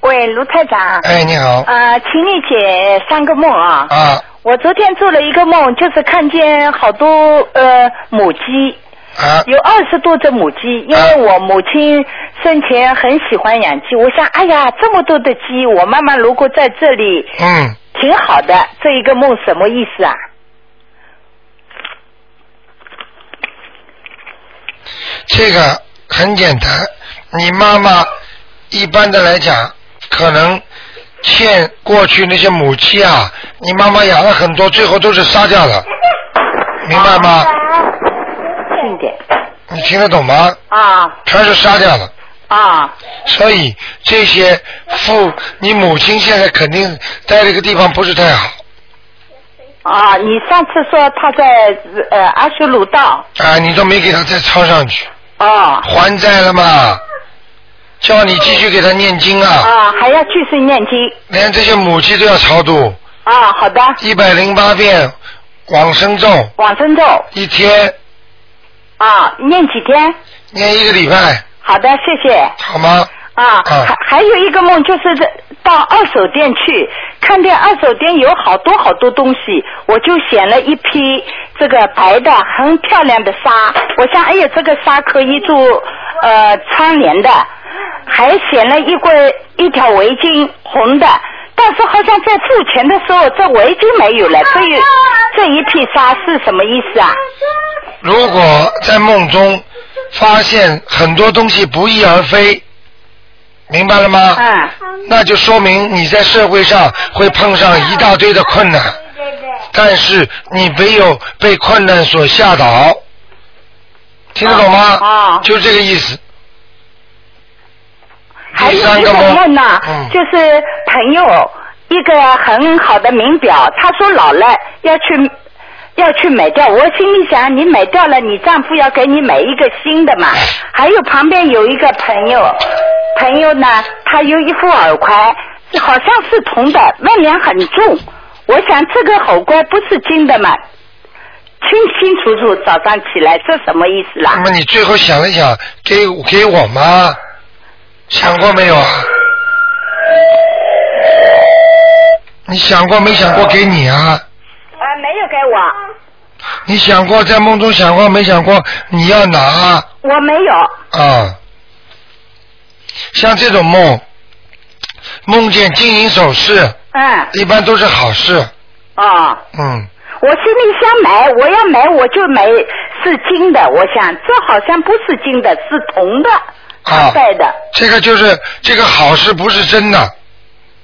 Speaker 10: 喂，卢台长。
Speaker 1: 哎，你好，
Speaker 10: 啊，请你解三个梦啊。
Speaker 1: 啊
Speaker 10: 我昨天做了一个梦，就是看见好多呃母鸡，
Speaker 1: 啊
Speaker 10: 有二十多只母鸡，因为我母亲生前很喜欢养鸡，我想，哎呀，这么多的鸡，我妈妈如果在这里，
Speaker 1: 嗯，
Speaker 10: 挺好的。这一个梦什么意思啊？
Speaker 1: 这个很简单，你妈妈一般的来讲，可能欠过去那些母鸡啊，你妈妈养了很多，最后都是杀掉了，明白吗？
Speaker 10: 近点
Speaker 1: 你听得懂吗？
Speaker 10: 啊
Speaker 1: 全是杀掉了。
Speaker 10: 啊
Speaker 1: 所以这些父，你母亲现在肯定待这个地方不是太好
Speaker 10: 啊！你上次说他在呃阿修鲁道
Speaker 1: 啊，你都没给她再抄上去，
Speaker 10: 啊
Speaker 1: 还债了嘛？叫你继续给她念经啊，
Speaker 10: 啊，还要继续念经
Speaker 1: 连这些母鸡都要超度，
Speaker 10: 啊！好的，
Speaker 1: 一百零八遍往生咒
Speaker 10: 往生咒
Speaker 1: 一天
Speaker 10: 啊，念几天？
Speaker 1: 念一个礼拜，
Speaker 10: 好的，谢谢
Speaker 1: 好吗？
Speaker 10: 啊。
Speaker 1: 啊
Speaker 10: 还还有一个梦就是在到二手店去，看见二手店有好多好多东西，我就选了一批这个白的很漂亮的纱，我想哎呀这个纱可以做呃窗帘的，还选了一个一条围巾红的。但是好像在付钱的时候，这围巾没有了，这一这一批纱是什么意思啊？
Speaker 1: 如果在梦中发现很多东西不翼而飞，明白了吗？
Speaker 10: 嗯。
Speaker 1: 那就说明你在社会上会碰上一大堆的困难，但是你没有被困难所吓倒，听得懂吗？
Speaker 10: 啊啊
Speaker 1: 就这个意思。
Speaker 10: 还有
Speaker 1: 第三
Speaker 10: 一
Speaker 1: 个
Speaker 10: 个
Speaker 1: 梦
Speaker 10: 梦呢，
Speaker 1: 嗯
Speaker 10: 就是朋友一个很好的名表，他说老了要去要去买掉，我心里想你买掉了，你丈夫要给你买一个新的嘛。
Speaker 1: 嗯
Speaker 10: 还有旁边有一个朋友，朋友呢，他有一副耳环，好像是铜的，外面很重。我想这个耳环不是金的嘛，清清楚楚早上起来，这什么意思啦？
Speaker 1: 那么你最后想一想，给给我吗？想过没有啊？你想过没想过给你啊？
Speaker 10: 啊，没有给我，
Speaker 1: 你想过在梦中想过没想过你要拿啊？
Speaker 10: 我没有。
Speaker 1: 啊，像这种梦，梦见金银首饰，
Speaker 10: 嗯，
Speaker 1: 一般都是好事。
Speaker 10: 哦。
Speaker 1: 嗯，
Speaker 10: 我心里想买，我要买我就买是金的，我想这好像不是金的，是铜的，
Speaker 1: 啊，
Speaker 10: 带的。
Speaker 1: 这个就是这个好事不是真的，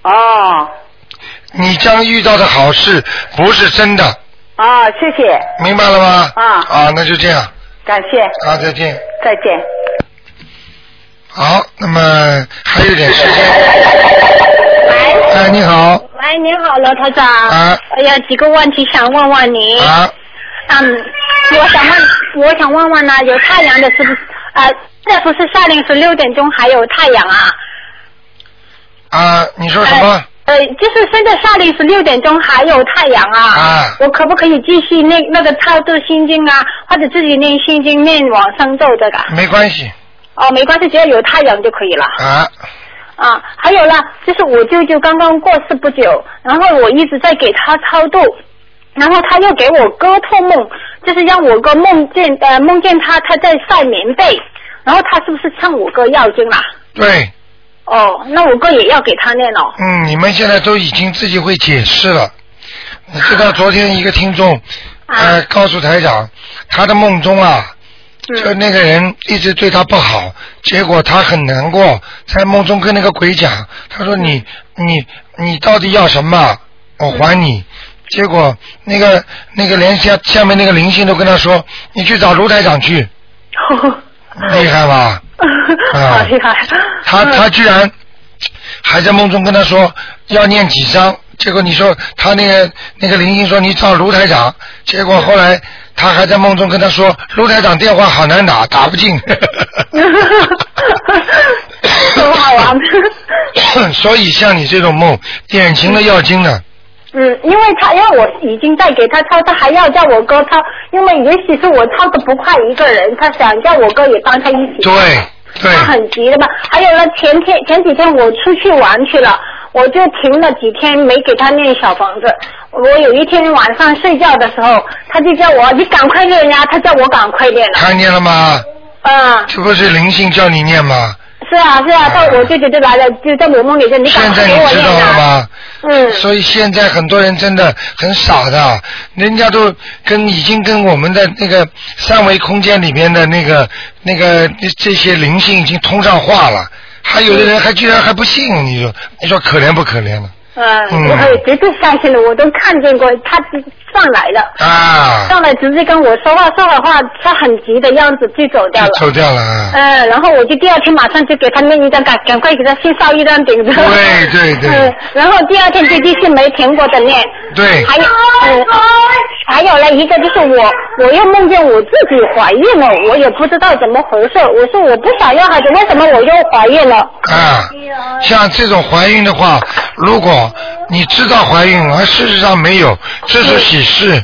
Speaker 10: 哦
Speaker 1: 你将遇到的好事不是真的，
Speaker 10: 哦，谢谢，
Speaker 1: 明白了吗？
Speaker 10: 啊
Speaker 1: 啊，那就这样，
Speaker 10: 感谢，
Speaker 1: 啊，再见。
Speaker 10: 再见。
Speaker 1: 好，那么还有点时间。 哎，你好，
Speaker 11: 喂，你好，罗台长。
Speaker 1: 啊。
Speaker 11: 我有几个问题想问问您。
Speaker 1: 啊。
Speaker 11: 嗯，我想问，我想问问呢，有太阳的是不是？呃，现在不是夏令时六点钟还有太阳啊？
Speaker 1: 啊，你说什
Speaker 10: 哎
Speaker 1: 么？
Speaker 11: 呃，就是现在夏令时六点钟还有太阳啊。
Speaker 1: 啊
Speaker 11: 我可不可以继续那那个操作心经啊，或者自己念心经、念往生咒这个？
Speaker 1: 没关系
Speaker 11: 哦，没关系，只要有太阳就可以了。
Speaker 1: 啊，
Speaker 11: 啊，还有呢，就是我舅舅刚刚过世不久，然后我一直在给他超度，然后他又给我哥托梦，就是让我哥梦见呃梦见他他在晒棉被，然后他是不是向我哥要经啦？
Speaker 1: 对，
Speaker 11: 哦，那我哥也要给他念哦。
Speaker 1: 嗯，你们现在都已经自己会解释了。你知道昨天一个听众，呃，告诉台长，他的梦中啊，就那个人一直对他不好，结果他很难过，在梦中跟那个鬼讲，他说你你你到底要什么？我还你。结果那个那个连下下面那个灵性都跟他说，你去找卢台长去，厉害吧？啊
Speaker 11: 好厉害！
Speaker 1: 他他居然还在梦中跟他说要念几张，结果你说他那个那个灵性说你找卢台长，结果后来他还在梦中跟他说卢台长电话好难打，打不进。
Speaker 11: 很好玩。
Speaker 1: 所以像你这种梦，典型的要经的，
Speaker 11: 嗯，因为他因为我已经在给他抄，他还要叫我哥抄，因为也许是我抄的不快一个人，他想叫我哥也帮他一起。
Speaker 1: 对对
Speaker 11: 他很急的嘛。还有呢，前天前几天我出去玩去了，我就停了几天没给他念小房子。我有一天晚上睡觉的时候，他就叫我你赶快念呀，他叫我赶快念了。
Speaker 1: 看见了吗？
Speaker 11: 嗯，
Speaker 1: 这不是灵性叫你念吗？
Speaker 11: 是啊是啊，到我舅舅就来了，就在我梦里说你赶
Speaker 1: 现
Speaker 11: 快
Speaker 1: 在
Speaker 11: 给
Speaker 1: 你
Speaker 11: 我
Speaker 1: 知道
Speaker 11: 念
Speaker 1: 了
Speaker 11: 啊。
Speaker 1: 吗？
Speaker 11: 嗯
Speaker 1: 所以现在很多人真的很傻的，人家都跟已经跟我们的那个三维空间里面的那个那个这这些灵性已经通上话了，还有的人还居然还不信，你说你说可怜不可怜呢？
Speaker 11: 嗯，我也绝对相信了，我都看见过他上来了，
Speaker 1: 啊，
Speaker 11: 上来直接跟我说话，说好话，他很急的样子就走掉了。
Speaker 1: 抽掉了啊！
Speaker 11: 嗯，然后我就第二天马上就给他念一张，赶赶快给他先烧一张顶子。
Speaker 1: 对对对
Speaker 11: 嗯，然后第二天就继续没停过的念。
Speaker 1: 对
Speaker 11: 还有，嗯，还有呢，一个就是我，我又梦见我自己怀孕了，我也不知道怎么回事。我说我不想要孩子，为什么我又怀孕了？
Speaker 1: 啊，像这种怀孕的话，如果你知道怀孕，而事实上没有，这是喜事。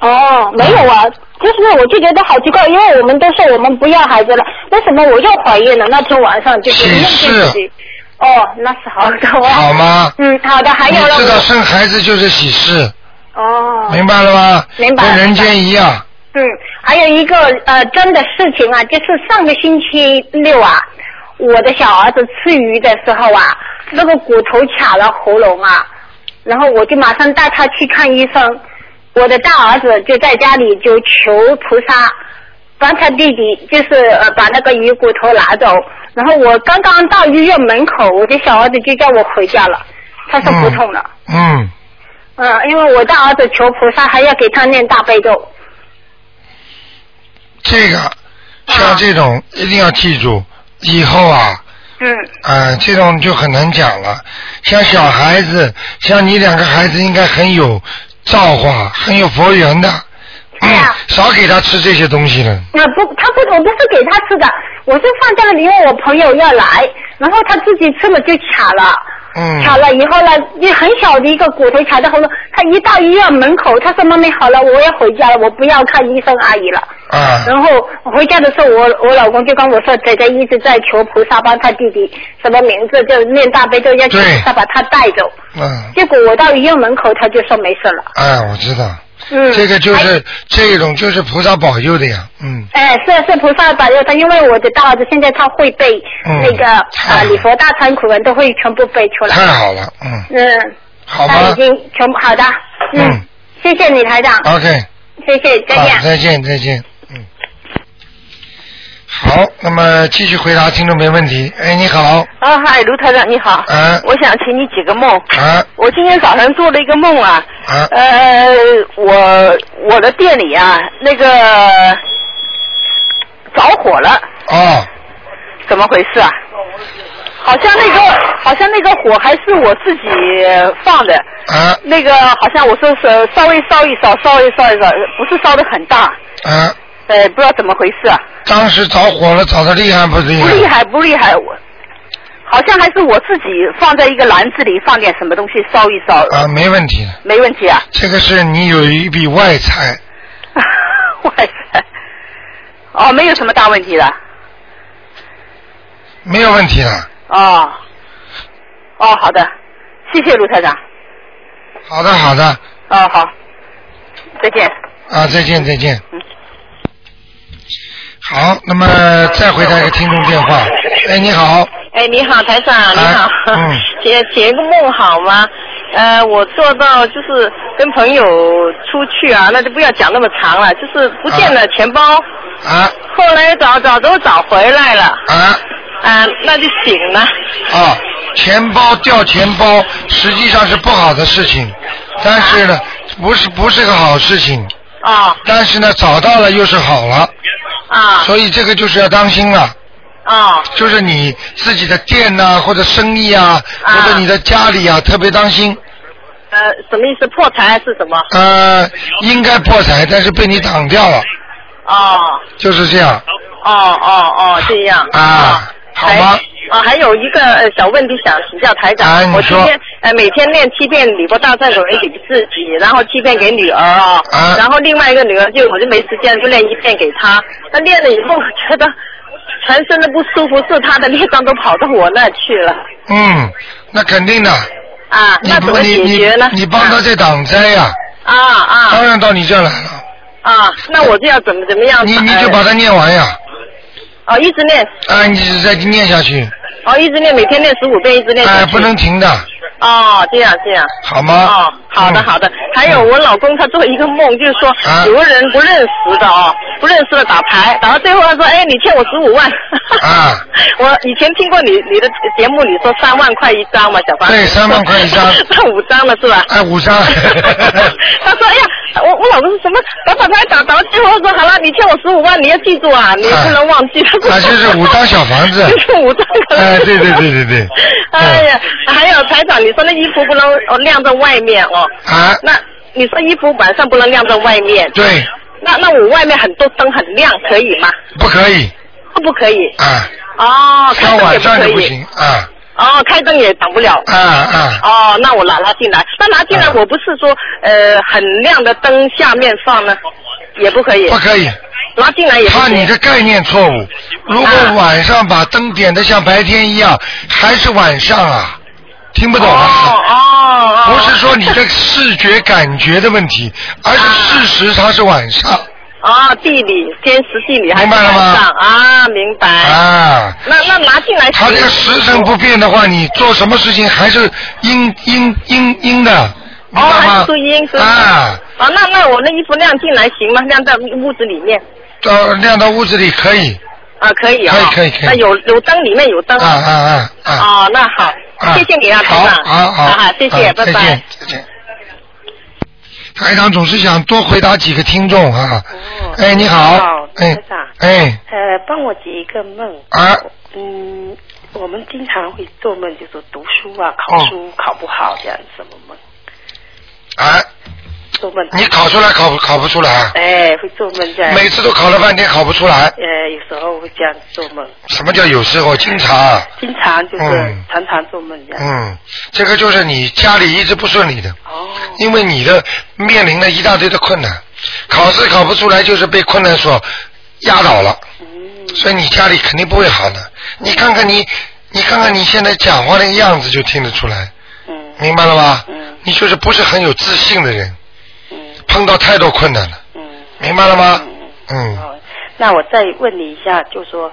Speaker 11: 哦，没有啊，就是我就觉得好奇怪，因为我们都说我们不要孩子了，为什么我又怀孕了？那天晚上就是梦见自己。哦，那是好的哦。
Speaker 1: 好吗
Speaker 11: 嗯，好的，还有了
Speaker 1: 你
Speaker 11: 我。
Speaker 1: 知道生孩子就是喜事。
Speaker 11: 哦。
Speaker 1: 明白了吗？
Speaker 11: 明白。
Speaker 1: 跟人间一样
Speaker 11: 明白。嗯，还有一个呃，真的事情啊，就是上个星期六啊，我的小儿子吃鱼的时候啊，那个骨头卡了喉咙啊，然后我就马上带他去看医生。我的大儿子就在家里就求菩萨，帮他弟弟就是呃把那个鱼骨头拿走。然后我刚刚到医院门口，我的小儿子就叫我回家了，他说不痛了。
Speaker 1: 嗯，
Speaker 11: 嗯，因为我大儿子求菩萨还要给他念大悲咒。
Speaker 1: 这个像这种一定要记住，以后啊，
Speaker 11: 嗯，
Speaker 1: 啊，这种就很难讲了。像小孩子，像你两个孩子，应该很有造化，很有佛缘的。嗯，少给他吃这些东西了。
Speaker 11: 那啊不，他不，我不是给他吃的，我是放在那里，因为我朋友要来，然后他自己吃了就卡了，
Speaker 1: 嗯，
Speaker 11: 卡了以后呢，就很小的一个骨头卡在喉咙，他一到医院门口，他说妈咪好了，我要回家了，我不要看医生阿姨了。
Speaker 1: 啊，
Speaker 11: 然后回家的时候我，我老公就跟我说，姐姐一直在求菩萨帮他弟弟什么名字，就念大悲咒，要求菩萨把他带走。
Speaker 1: 嗯，
Speaker 11: 结果我到医院门口，他就说没事了。
Speaker 1: 哎，我知道。
Speaker 11: 嗯
Speaker 1: 这个就
Speaker 11: 还
Speaker 1: 是这种就是菩萨保佑的呀，嗯。
Speaker 11: 哎，是是菩萨保佑他，因为我的大儿子现在他会背
Speaker 1: 嗯
Speaker 11: 那个、呃礼佛大忏悔文，都会全部背出来。
Speaker 1: 太好了，嗯，
Speaker 11: 嗯，
Speaker 1: 好
Speaker 11: 他
Speaker 1: 吧
Speaker 11: 已经全部好的，嗯，谢谢你台长
Speaker 1: ，OK，
Speaker 11: 谢谢，再见
Speaker 1: 好，。再见，再见，嗯。好，那么继续回答听众没问题。哎，你好，
Speaker 12: 啊，嗨，卢台长你好。
Speaker 1: 嗯
Speaker 12: 我想请你解个梦。
Speaker 1: 啊。
Speaker 12: 我今天早上做了一个梦啊。
Speaker 1: 啊
Speaker 12: 呃，我我的店里啊，那个着火了，
Speaker 1: 哦，
Speaker 12: 怎么回事啊？好像那个，好像那个火还是我自己放的。
Speaker 1: 啊。
Speaker 12: 那个好像我说是稍微烧一烧，稍微烧一烧，不是烧的很大，
Speaker 1: 啊，
Speaker 12: 呃，不知道怎么回事啊。
Speaker 1: 当时着火了，着的厉害不厉
Speaker 12: 不
Speaker 13: 哎
Speaker 1: 害？
Speaker 12: 厉害，不厉害，我好像还是我自己放在一个篮子里放点什么东西烧一烧，
Speaker 1: 啊，没问题的。
Speaker 12: 没问题啊。
Speaker 1: 这个是你有一笔外财，
Speaker 12: 哦，没有什么大问题的。
Speaker 1: 没有问题的。
Speaker 12: 哦，哦，好的，谢谢卢台长。
Speaker 1: 好的，好的，
Speaker 12: 哦，好，再见。
Speaker 1: 啊，再见，再见。好，那么再回答一个听众电话。哎，你好，
Speaker 13: 哎，你好，台长，你好，
Speaker 1: 嗯，
Speaker 13: 解解个梦好吗？呃，我做到就是跟朋友出去啊，那就不要讲那么长了，就是不见了钱包，
Speaker 1: 啊，
Speaker 13: 后来找找都找回来了，
Speaker 1: 啊，
Speaker 13: 啊，那就醒了，
Speaker 1: 啊，钱包掉钱包实际上是不好的事情，但是呢，不是不是个好事情。
Speaker 13: 啊。
Speaker 1: 但是呢，找到了又是好了。
Speaker 13: 啊。
Speaker 1: 所以这个就是要当心了。
Speaker 13: 啊。
Speaker 1: 就是你自己的店呐、或者生意啊，或者你的家里啊，特别当心。
Speaker 13: 呃，什么意思？破财还是什么？
Speaker 1: 呃，应该破财，但是被你挡掉了，
Speaker 13: 哦
Speaker 1: 就是这样
Speaker 13: 哦哦哦，这样
Speaker 1: 啊。
Speaker 13: 好吗？啊，还有一个呃小问题想请教台长，
Speaker 1: 啊你
Speaker 13: 我今
Speaker 1: 说
Speaker 13: 天呃每天练七遍礼佛大忏悔文给自己，然后七遍给女儿啊，
Speaker 1: 啊
Speaker 13: 然后另外一个女儿就我就没时间，就练一遍给她。那练了以后，我觉得全身的不舒服，是她的孽障都跑到我那去了
Speaker 1: 嗯，那肯定的。
Speaker 13: 啊，
Speaker 1: 你
Speaker 13: 那怎
Speaker 1: 不
Speaker 13: 么
Speaker 1: 你
Speaker 13: 解
Speaker 1: 你
Speaker 13: 决呢？
Speaker 1: 你帮他在挡灾呀、
Speaker 13: 啊啊
Speaker 1: 当然到你这儿来了，
Speaker 13: 啊，那我就要怎么怎么样？
Speaker 1: 你你就把它念完呀，
Speaker 13: 呃。哦，一直练，
Speaker 1: 啊，你就再念下去，
Speaker 13: 哦，一直练，每天练十五遍，一直练下去。
Speaker 1: 哎，不能停的，
Speaker 13: 哦，这样这样。
Speaker 1: 好吗
Speaker 13: 哦，好的
Speaker 1: 嗯
Speaker 13: 好的。还有我老公他做一个梦，就是说
Speaker 1: 啊
Speaker 13: 有个人不认识的哦，不认识的打牌，打到最后他说，哎，你欠我十五万。
Speaker 1: 啊，
Speaker 13: 我以前听过你你的节目，你说三万块一张嘛，小芳。
Speaker 1: 对3万块一张
Speaker 13: 那五张了是吧？
Speaker 1: 哎，五张。
Speaker 13: 他说，哎呀，我我老公是什么打打牌打打到最后说，好了，你欠我十五万，你要记住啊，你不能忘记。
Speaker 1: 啊，就是五张小房子。
Speaker 13: 就是五张。
Speaker 1: 哎，对对对对对，
Speaker 13: 哎呀，
Speaker 1: 嗯
Speaker 13: 还有台长，你说那衣服不能哦晾在外面哦。
Speaker 1: 啊。
Speaker 13: 那你说衣服晚上不能晾在外面。
Speaker 1: 对。
Speaker 13: 那那我外面很多灯很亮，可以吗？
Speaker 1: 不可 以
Speaker 13: 不可以。
Speaker 1: 啊，
Speaker 13: 哦，开
Speaker 1: 像
Speaker 13: 灯也
Speaker 1: 晚
Speaker 13: 不
Speaker 1: 上
Speaker 13: 可
Speaker 1: 就不
Speaker 13: 以。
Speaker 1: 行啊。
Speaker 13: 哦，开灯也挡不了。
Speaker 1: 啊啊。
Speaker 13: 哦，那我拿它进来。那拿进来，我不是说呃很亮的灯下面放呢，也不可以。
Speaker 1: 不可以。
Speaker 13: 拿进来也不
Speaker 1: 怕
Speaker 13: 行。啊
Speaker 1: 你的概念错误，如果晚上把灯点的像白天一样，还是晚上啊，听不懂啊。
Speaker 13: 哦
Speaker 1: 不是说你的视觉感觉的问题，而是事实它是晚上
Speaker 13: 啊、地理坚实地理还是
Speaker 1: 明白了吗
Speaker 13: 晚上啊，明白。
Speaker 1: 啊。
Speaker 13: 那那拿进来。
Speaker 1: 它这个时辰不变的话，你做什么事情还是阴阴阴阴的，明
Speaker 13: 哦，
Speaker 1: 白
Speaker 13: 还
Speaker 1: 吗
Speaker 13: 是？注音是吧？
Speaker 1: 啊。
Speaker 13: 啊，那那我那衣服晾进来行吗？晾在屋子里面
Speaker 1: 到晾到屋子里可以，
Speaker 13: 啊，可以啊、
Speaker 1: 可以可以可以
Speaker 13: 那有有灯，里面有灯。
Speaker 1: 啊啊啊啊！
Speaker 13: 哦，那好，谢谢你啊，台长。
Speaker 1: 好好
Speaker 13: 啊，谢谢，
Speaker 1: 啊
Speaker 13: 拜
Speaker 1: 再见
Speaker 13: 拜。
Speaker 1: 再见。台长总是想多回答几个听众啊。
Speaker 13: 哦
Speaker 1: 哎，你好，哎
Speaker 14: 台长，
Speaker 1: 哎，
Speaker 14: 呃，帮我解一个梦。
Speaker 1: 啊。
Speaker 14: 嗯，我们经常会做梦，就说读书啊，考书考不好这样什么梦，
Speaker 1: 啊，
Speaker 14: 做梦。
Speaker 1: 你考出来考不考不出来啊？
Speaker 14: 哎，会做梦这样。
Speaker 1: 每次都考了半天考不出来
Speaker 14: 呃，有时候会这样做梦，
Speaker 1: 什么叫有时候经常啊？
Speaker 14: 经常就是
Speaker 1: 嗯
Speaker 14: 常常做梦这样。
Speaker 1: 嗯，这个就是你家里一直不顺利的。哦。因为你的面临了一大堆的困难，考试考不出来，就是被困难所压倒了。嗯。所以你家里肯定不会好的。你看看你，你看看你现在讲话那个样子就听得出来。嗯。明白了吧？嗯。你就是不是很有自信的人。嗯。碰到太多困难了。嗯。明白了吗？嗯。
Speaker 14: 那我再问你一下，就说，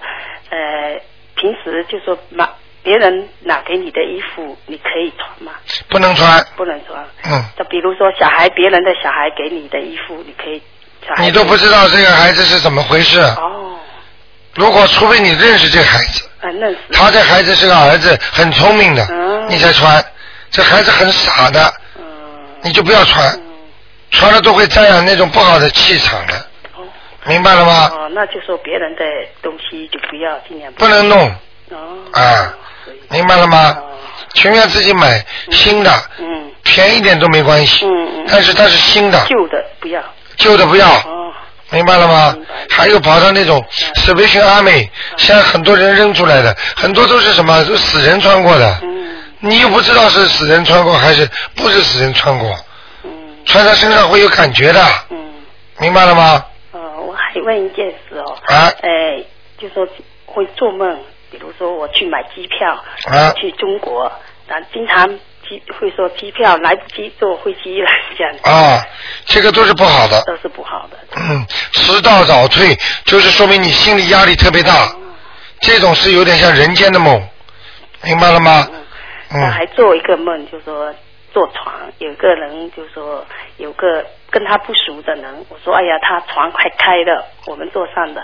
Speaker 14: 呃，平时就说拿别人拿给你的衣服，你可以穿吗？
Speaker 1: 不能穿。
Speaker 14: 不能穿。
Speaker 1: 嗯。
Speaker 14: 那比如说小孩，别人的小孩给你的衣服，你可以。小孩
Speaker 1: 你都不知道这个孩子是怎么回事。
Speaker 14: 哦。
Speaker 1: 如果除非你认识这个孩子。
Speaker 14: 啊，那是
Speaker 1: 他这孩子是个儿子，很聪明的，
Speaker 14: 嗯
Speaker 1: 你才穿；这孩子很傻的，你就不要穿，穿了都会沾染那种不好的气场的，明白了吗？
Speaker 14: 哦，那就说别人的东西就不要，尽量
Speaker 1: 不能弄，
Speaker 14: 哦
Speaker 1: 啊，明白了吗？情愿自己买新的，便宜点都没关系，但是它是新的，
Speaker 14: 嗯旧的不要。
Speaker 1: 旧的不要，啊明白嗯了吗？还有跑到那种 s a v a t i o n Army，现在很多人扔出来的，很多都是什么，都死人穿过的。你又不知道是死人穿过还是不是死人穿过，穿在身上会有感觉的。明白了吗？
Speaker 14: 呃，我还问一件事哦，
Speaker 1: 啊
Speaker 14: 哎、就说会做梦，比如说我去买机票、
Speaker 1: 啊
Speaker 14: 去中国，然后经常机会说机票来不及坐飞机了，这样子
Speaker 1: 啊，这个都是不好的。
Speaker 14: 都是不好的。
Speaker 1: 嗯，迟到早退就是说明你心理压力特别大，这种是有点像人间的梦，明白了吗？
Speaker 14: 那
Speaker 1: 嗯
Speaker 14: 还做一个梦，就说坐床，有一个人就说有个跟他不熟的人，我说哎呀，他床快开了，我们坐上的，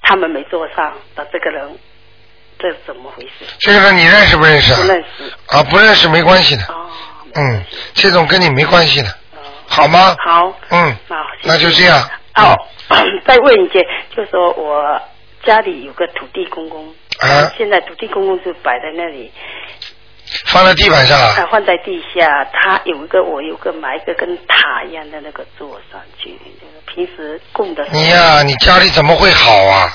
Speaker 14: 他们没坐上的这个人，这是怎么回事？
Speaker 1: 这个人你认识不认识啊
Speaker 14: 不认识。哦
Speaker 1: 啊，不认识没关系的。嗯，这种跟你没关系的，好吗？
Speaker 14: 好，
Speaker 1: 嗯，
Speaker 14: 好，谢谢
Speaker 1: 那就这样。
Speaker 14: 哦， 再问一件，就说我家里有个土地公公，
Speaker 1: 啊，
Speaker 14: 现在土地公公就摆在那里，
Speaker 1: 放在地板上啊，
Speaker 14: 啊，放在地下。他有一个，我有个买一个跟塔一样的那个座上去，就是平时供的。
Speaker 1: 你呀、你家里怎么会好啊？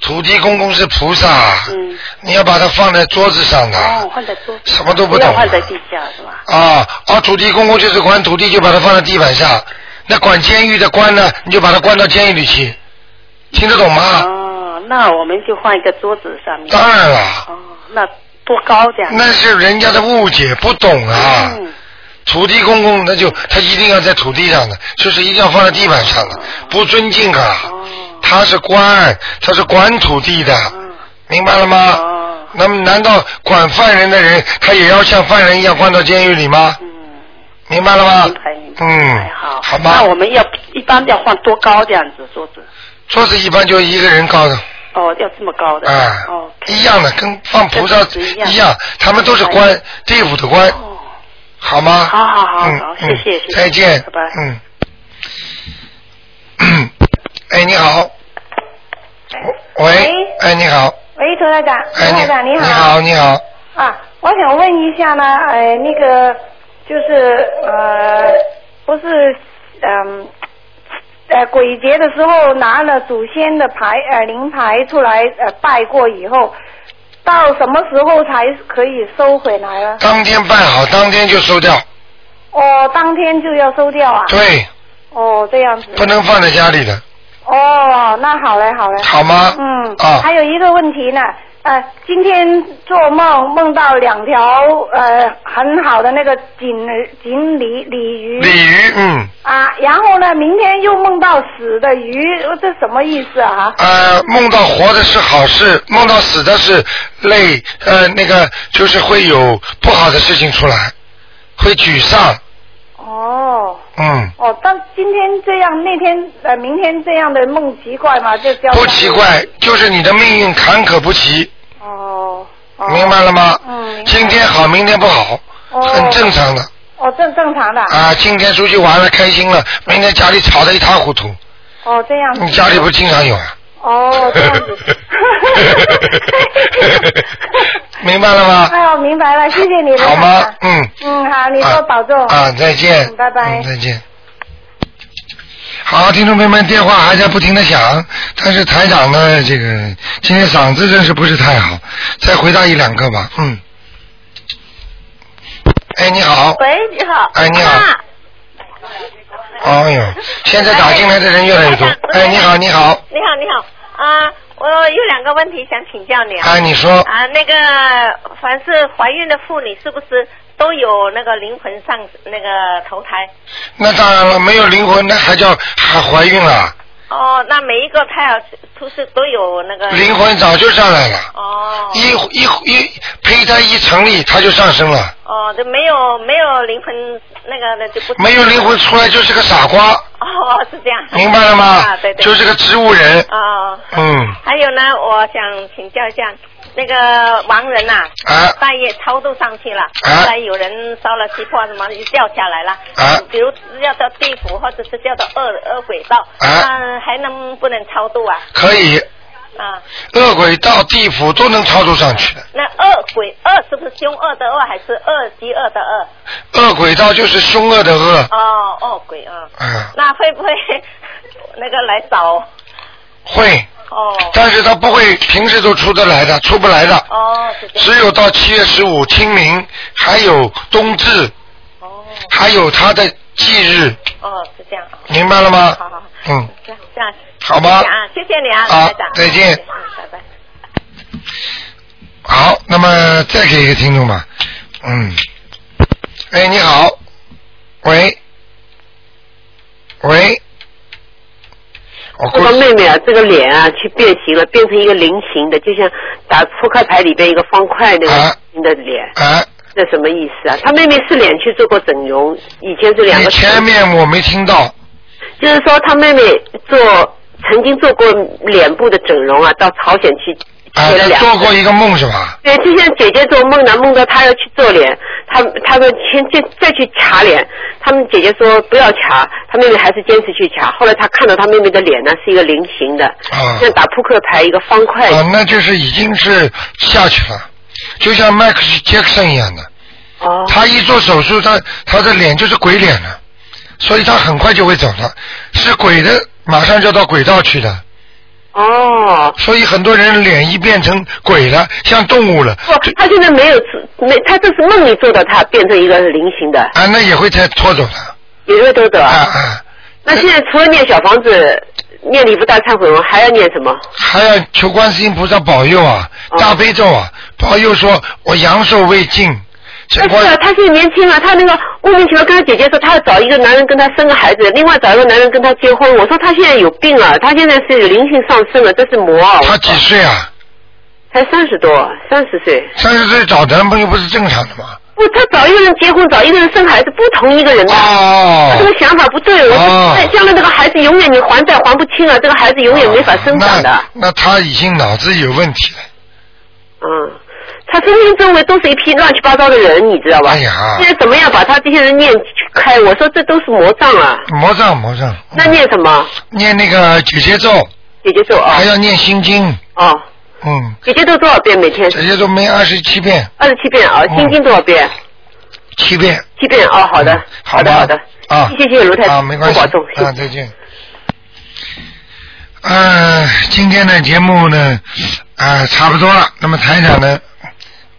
Speaker 1: 土地公公是菩萨，啊
Speaker 14: 嗯，
Speaker 1: 你要把它放在桌子上的
Speaker 14: 哦，放在桌子上，
Speaker 1: 什么都不懂
Speaker 14: 要放在地下是吧？
Speaker 1: 啊啊！土地公公就是管土地，就把它放在地板上。那管监狱的官呢，你就把它关到监狱里去，听得懂吗？
Speaker 14: 哦，那我们就换一个桌子上面。
Speaker 1: 当然了。
Speaker 14: 哦，那多高这样？
Speaker 1: 那是人家的误解，不懂啊。土地公公，那就他一定要在土地上的，就是一定要放在地板上的，不尊敬啊。他是官，他是管土地的，明白了吗？那么难道管犯人的人，他也要像犯人一样关到监狱里吗？嗯明白了吗？嗯，好吗？
Speaker 14: 那我们要一般要换多高这样子桌子？
Speaker 1: 桌子一般就一个人高的，
Speaker 14: 哦，要这么高的。
Speaker 1: 啊
Speaker 14: 哦，
Speaker 1: 一样的，跟放菩萨
Speaker 14: 跟一样
Speaker 1: 一样，他们都是
Speaker 14: 哎
Speaker 1: 官
Speaker 14: 呀，
Speaker 1: 地府的官，好吗？
Speaker 14: 好好好
Speaker 1: 嗯
Speaker 14: 好，谢
Speaker 1: 嗯
Speaker 14: 谢谢谢
Speaker 1: 再见，
Speaker 14: 拜拜
Speaker 1: 嗯。 哎，你好。喂，哎，你
Speaker 14: 啊
Speaker 1: 好，
Speaker 15: 喂，涂台长，涂
Speaker 1: 哎，
Speaker 15: 台长
Speaker 1: 你
Speaker 15: 好。
Speaker 1: 好，你好，
Speaker 15: 啊，我想问一下呢，呃，那个就是呃，不是嗯呃鬼节的时候拿了祖先的牌呃灵牌出来呃拜过以后，到什么时候才可以收回来啊？
Speaker 1: 当天办好，当天就收
Speaker 14: 啊
Speaker 1: 掉，
Speaker 15: 哦，当天就要收掉啊？
Speaker 1: 对，
Speaker 15: 哦，这样子。
Speaker 1: 不能放在家里的，
Speaker 15: 哦，那好嘞，好嘞。
Speaker 1: 好吗
Speaker 15: 嗯。
Speaker 1: 啊
Speaker 15: 还有一个问题呢，呃，今天做梦梦到两条呃很好的那个锦锦鲤鲤鱼。
Speaker 1: 鲤鱼，嗯，
Speaker 15: 啊，然后呢，明天又梦到死的鱼，呃这什么意思啊？
Speaker 1: 呃，梦到活的是好事，梦到死的是累，呃，那个就是会有不好的事情出来，会沮丧，
Speaker 15: 哦
Speaker 1: 嗯。
Speaker 15: 哦，但今天这样，那天呃，明天这样的梦奇怪吗？就叫
Speaker 1: 不奇怪，就是你的命运坎坷不齐。哦。明白了吗？嗯。今天好，明天不好，很正常的
Speaker 15: 哦，正正常的
Speaker 1: 啊。今天出去玩了，开心了，明天家里吵得一塌糊涂。
Speaker 15: 哦，这样子。
Speaker 1: 你家里不是经常有啊？
Speaker 15: 哦，这样子。
Speaker 1: 明白了 吗？
Speaker 15: 哎呦，明白了，谢谢你，
Speaker 1: 好
Speaker 15: 卢台
Speaker 1: 吗
Speaker 15: 长？
Speaker 1: 嗯。
Speaker 15: 嗯，好，你
Speaker 1: 啊
Speaker 15: 多保重。
Speaker 1: 啊，再见。
Speaker 15: 嗯拜拜
Speaker 1: 嗯。再见。好，听众朋友们，电话还在不停的响，但是台长呢，这个今天嗓子真是不是太好，再回答一两个吧，嗯。哎，你好，
Speaker 16: 喂，你好。
Speaker 1: 哎你好
Speaker 16: 啊
Speaker 1: 哎呦，现在打进来的人越来越多。哎，你好，你好，
Speaker 16: 你好，你好。啊，我有两个问题想请教你啊。
Speaker 1: 哎你说
Speaker 16: 啊，那个，凡是怀孕的妇女，是不是都有那个灵魂上那个投胎？
Speaker 1: 那当然了，没有灵魂那还叫还怀孕了，
Speaker 16: 哦，那每一个胎儿出世都有那个
Speaker 1: 灵魂早就上来了。哦。一一一胚胎一成立，它就上升了，
Speaker 16: 哦，就没有没有灵魂那个的就不
Speaker 1: 没有灵魂出来就是个傻瓜。
Speaker 16: 哦，是这样。
Speaker 1: 明白了吗？
Speaker 16: 啊，对对。
Speaker 1: 就是个植物人。
Speaker 16: 哦。
Speaker 1: 嗯，
Speaker 16: 还有呢，我想请教一下，那个亡人呐、
Speaker 1: 啊
Speaker 16: 半夜超度上去了，后来有人烧了气泡什么的就掉下来了，
Speaker 1: 啊
Speaker 16: 比如是叫到地府或者是叫到恶恶鬼道，
Speaker 1: 啊
Speaker 16: 那还能不能超度啊？
Speaker 1: 可以。
Speaker 16: 啊，
Speaker 1: 恶鬼到地府都能操作上去的，
Speaker 16: 那恶鬼恶是不是凶恶的恶，还是恶极恶的恶？
Speaker 1: 恶鬼道就是凶恶的恶，
Speaker 16: 哦，恶鬼啊，
Speaker 1: 嗯，
Speaker 16: 那会 不会那个来找？
Speaker 1: 会，
Speaker 16: 哦
Speaker 1: 但是他不会平时都出得来的，出不来的。
Speaker 16: 哦，是
Speaker 1: 只有到七月十五清明，还有冬至，哦，还有他的忌日，
Speaker 16: 哦，是这样。
Speaker 1: 明白了吗？
Speaker 16: 好好好，
Speaker 1: 嗯，
Speaker 16: 这样这样。
Speaker 1: 好吗
Speaker 16: 谢谢啊，谢谢你啊，
Speaker 1: 好
Speaker 16: 台长。
Speaker 1: 再见
Speaker 16: 嗯，拜拜。
Speaker 1: 好，那么再给一个听众吧，嗯，哎，你好，喂，喂，我
Speaker 17: 这个妹妹啊，这个脸啊，去变形了，变成一个菱形的，就像打扑克牌里边一个方块那个形的脸。
Speaker 1: 啊。
Speaker 17: 这什么意思啊？她妹妹是脸去做过整容，以前是两
Speaker 1: 你
Speaker 17: 个。
Speaker 1: 前面我没听到，
Speaker 17: 就是说，她妹妹做曾经做过脸部的整容啊，到朝鲜去
Speaker 1: 啊
Speaker 17: 贴了，两。
Speaker 1: 做过一个梦是吧？
Speaker 17: 对，就像姐姐做梦呢，梦到她要去做脸，她她们先再再去卡脸，她们姐姐说不要卡，她妹妹还是坚持去卡。后来她看到她妹妹的脸呢是一个菱形的，
Speaker 1: 啊
Speaker 17: 像打扑克牌一个方块。
Speaker 1: 啊，那就是已经是下去了，就像迈克尔·杰克逊一样的。
Speaker 17: 哦。
Speaker 1: 他一做手术，他他的脸就是鬼脸了，所以他很快就会走了，是鬼的，马上就到轨道去的。
Speaker 17: 哦。
Speaker 1: 所以很多人脸一变成鬼了，像动物了，
Speaker 17: 不，她现在没有做没，她这是梦里做到她变成一个菱形的，
Speaker 1: 啊，那也会再拖走的。
Speaker 17: 也就都得。啊啊。 那现在除了念小房子、念礼佛大忏悔文，还要念什么？
Speaker 1: 还要求观世音菩萨保佑啊，
Speaker 17: 嗯
Speaker 1: 大悲咒啊，保佑说我阳寿未尽。
Speaker 17: 但是啊，她现在年轻啊，她那个莫名其妙跟她姐姐说，她要找一个男人跟她生个孩子，另外找一个男人跟她结婚。我说她现在有病啊，她现在是有灵性上升了，这是魔啊！
Speaker 1: 她几岁啊？
Speaker 17: 才三十多，三十岁。
Speaker 1: 三十岁找男朋友不是正常的吗？
Speaker 17: 不，他找一个人结婚，找一个人生孩子，不同一个人的。啊
Speaker 1: 哦
Speaker 17: 他这个想法不对，我
Speaker 1: 哦
Speaker 17: 说将来这个孩子永远你还债还不清啊，这个孩子永远没法生长的。
Speaker 1: 那他已经脑子有问题了。
Speaker 17: 嗯，他身边周围都是一批乱七八糟的人，你知道吧？
Speaker 1: 哎呀
Speaker 17: 现在怎么样把他这些人念开？我说这都是魔障啊！
Speaker 1: 魔障魔障，
Speaker 17: 那念什么？
Speaker 1: 念那个姐姐咒，
Speaker 17: 姐姐咒啊，
Speaker 1: 还要念心经，
Speaker 17: 哦，
Speaker 1: 嗯，
Speaker 17: 姐姐咒多少遍每天？
Speaker 1: 姐姐咒每二十七遍，哦
Speaker 17: 二十七遍啊，心经多少遍？
Speaker 1: 七遍，嗯
Speaker 17: 七遍哦，好的，
Speaker 1: 好
Speaker 17: 的，
Speaker 1: 吧
Speaker 17: 好的，
Speaker 1: 啊，
Speaker 17: 谢谢卢太
Speaker 1: 啊，没关系，
Speaker 17: 多保重谢谢
Speaker 1: 啊，再见。呃，今天的节目呢，啊、差不多了。那么台长呢？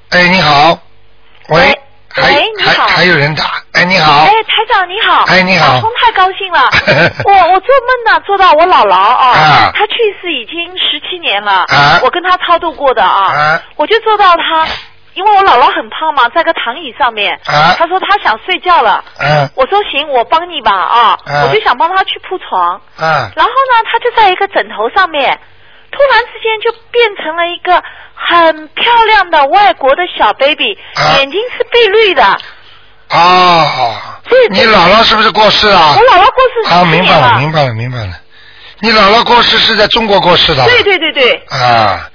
Speaker 1: 哎，你好，喂，还
Speaker 18: 喂哎啊你
Speaker 1: 还
Speaker 18: 好
Speaker 1: 还有人打，哎，你好
Speaker 18: 哎，，台长你好。
Speaker 1: 哎你好
Speaker 18: 打通太高兴 了。我我做梦呢，做到我姥姥啊，
Speaker 1: 啊
Speaker 18: 她去世已经十七年了。
Speaker 1: 啊
Speaker 18: 我跟她超度过的啊，
Speaker 1: 啊
Speaker 18: 我就做到她，因为我姥姥很胖嘛，在个躺椅上面。
Speaker 1: 啊
Speaker 18: 她说她想睡觉了。
Speaker 1: 嗯
Speaker 18: 我说行，我帮你吧啊。
Speaker 1: 啊
Speaker 18: 我就想帮她去铺床。
Speaker 1: 啊
Speaker 18: 然后呢，她就在一个枕头上面，突然之间就变成了一个很漂亮的外国的小 baby，、眼睛是碧绿的。
Speaker 1: 啊，你姥姥是不是过世了？
Speaker 18: 我姥姥过世
Speaker 1: 啊，
Speaker 18: 十
Speaker 1: 明
Speaker 18: 年
Speaker 1: 白
Speaker 18: 了
Speaker 1: 了，明白了，明白了。你姥姥过世是在中国过世的。
Speaker 18: 对对对对，
Speaker 1: 啊，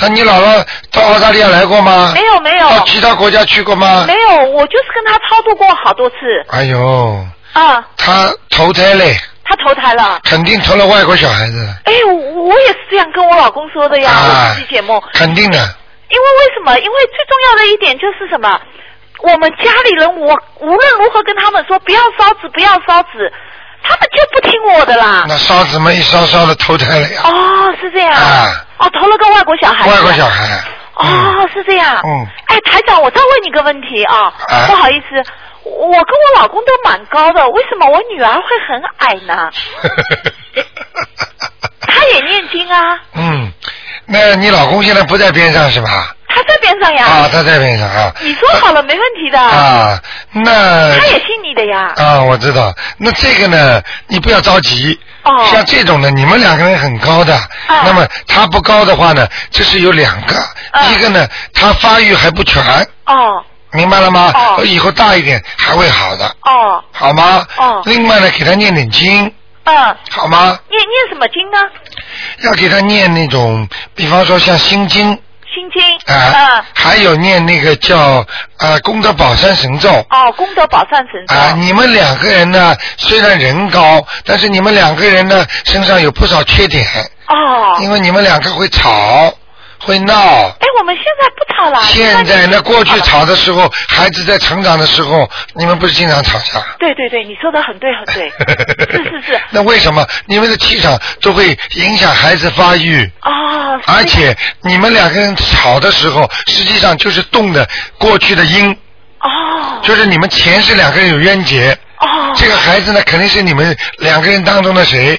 Speaker 1: 那你姥姥到澳大利亚来过吗？
Speaker 18: 没有没有
Speaker 1: 到其他国家去过吗？
Speaker 18: 没有，我就是跟他超度过好多次
Speaker 1: 哎呦，
Speaker 18: 啊，
Speaker 1: 她投胎嘞，
Speaker 18: 他投胎了。
Speaker 1: 肯定投了外国小孩子，
Speaker 18: 哎，我我也是这样跟我老公说的呀，
Speaker 1: 啊
Speaker 18: 我自己解梦。
Speaker 1: 肯定的。
Speaker 18: 因为为什么？因为最重要的一点就是什么？我们家里人，我无论如何跟他们说不要烧纸，不要烧纸，他们就不听我的啦。
Speaker 1: 那烧纸们一烧烧的投胎哎了呀，
Speaker 18: 哦，是这样。
Speaker 1: 啊
Speaker 18: 哦，投了个外国小孩。
Speaker 1: 外国小。孩，
Speaker 18: 哦，是这样。
Speaker 1: 嗯，
Speaker 18: 哎，台长，我再问你个问题啊，
Speaker 1: 啊
Speaker 18: 不好意思，我跟我老公都蛮高的，为什么我女儿会很矮 呢？她也念经啊，
Speaker 1: 嗯，那你老公现在不在边上是吧？
Speaker 18: 她在边上呀。
Speaker 1: 啊，他在边上啊。
Speaker 18: 你说好了，没问题的。
Speaker 1: 啊，那
Speaker 18: 她也信你的呀。
Speaker 1: 啊，我知道。那这个呢，你不要着急。
Speaker 18: 哦啊
Speaker 1: 像这种呢，你们两个人很高的，那么他不高的话呢，这是有两个，
Speaker 18: 啊
Speaker 1: 一个呢，他发育还不全，
Speaker 18: 哦
Speaker 1: 明白了吗？
Speaker 18: 哦
Speaker 1: 以后大一点还会好的，
Speaker 18: 哦，
Speaker 1: 好吗？
Speaker 18: 哦
Speaker 1: 另外呢，给他念点经，
Speaker 18: 嗯。
Speaker 1: 好吗？
Speaker 18: 念念什么经呢？
Speaker 1: 要给他念那种，比方说像心经
Speaker 18: 心经。
Speaker 1: 啊、还有念那个叫呃功德宝山神咒。
Speaker 18: 哦，功德宝善神咒。
Speaker 1: 啊，你们两个人呢，虽然人高，但是你们两个人呢，身上有不少缺点。
Speaker 18: 哦。
Speaker 1: 因为你们两个会吵，会闹。
Speaker 18: 哎，我们现在不吵了。
Speaker 1: 现在
Speaker 18: 现在
Speaker 1: 呢，
Speaker 18: 已经
Speaker 1: 过去
Speaker 18: 不
Speaker 1: 吵的时候，孩子在成长的时候，你们不是经常吵架？
Speaker 18: 对对对，你说的很对很对。是是是。
Speaker 1: 那为什么你们的气场都会影响孩子发育？
Speaker 18: 哦。
Speaker 1: 而且你们两个人吵的时候，实际上就是动的过去的因。
Speaker 18: 哦。
Speaker 1: 就是你们前世两个人有冤结。
Speaker 18: 哦。
Speaker 1: 这个孩子呢，肯定是你们两个人当中的谁？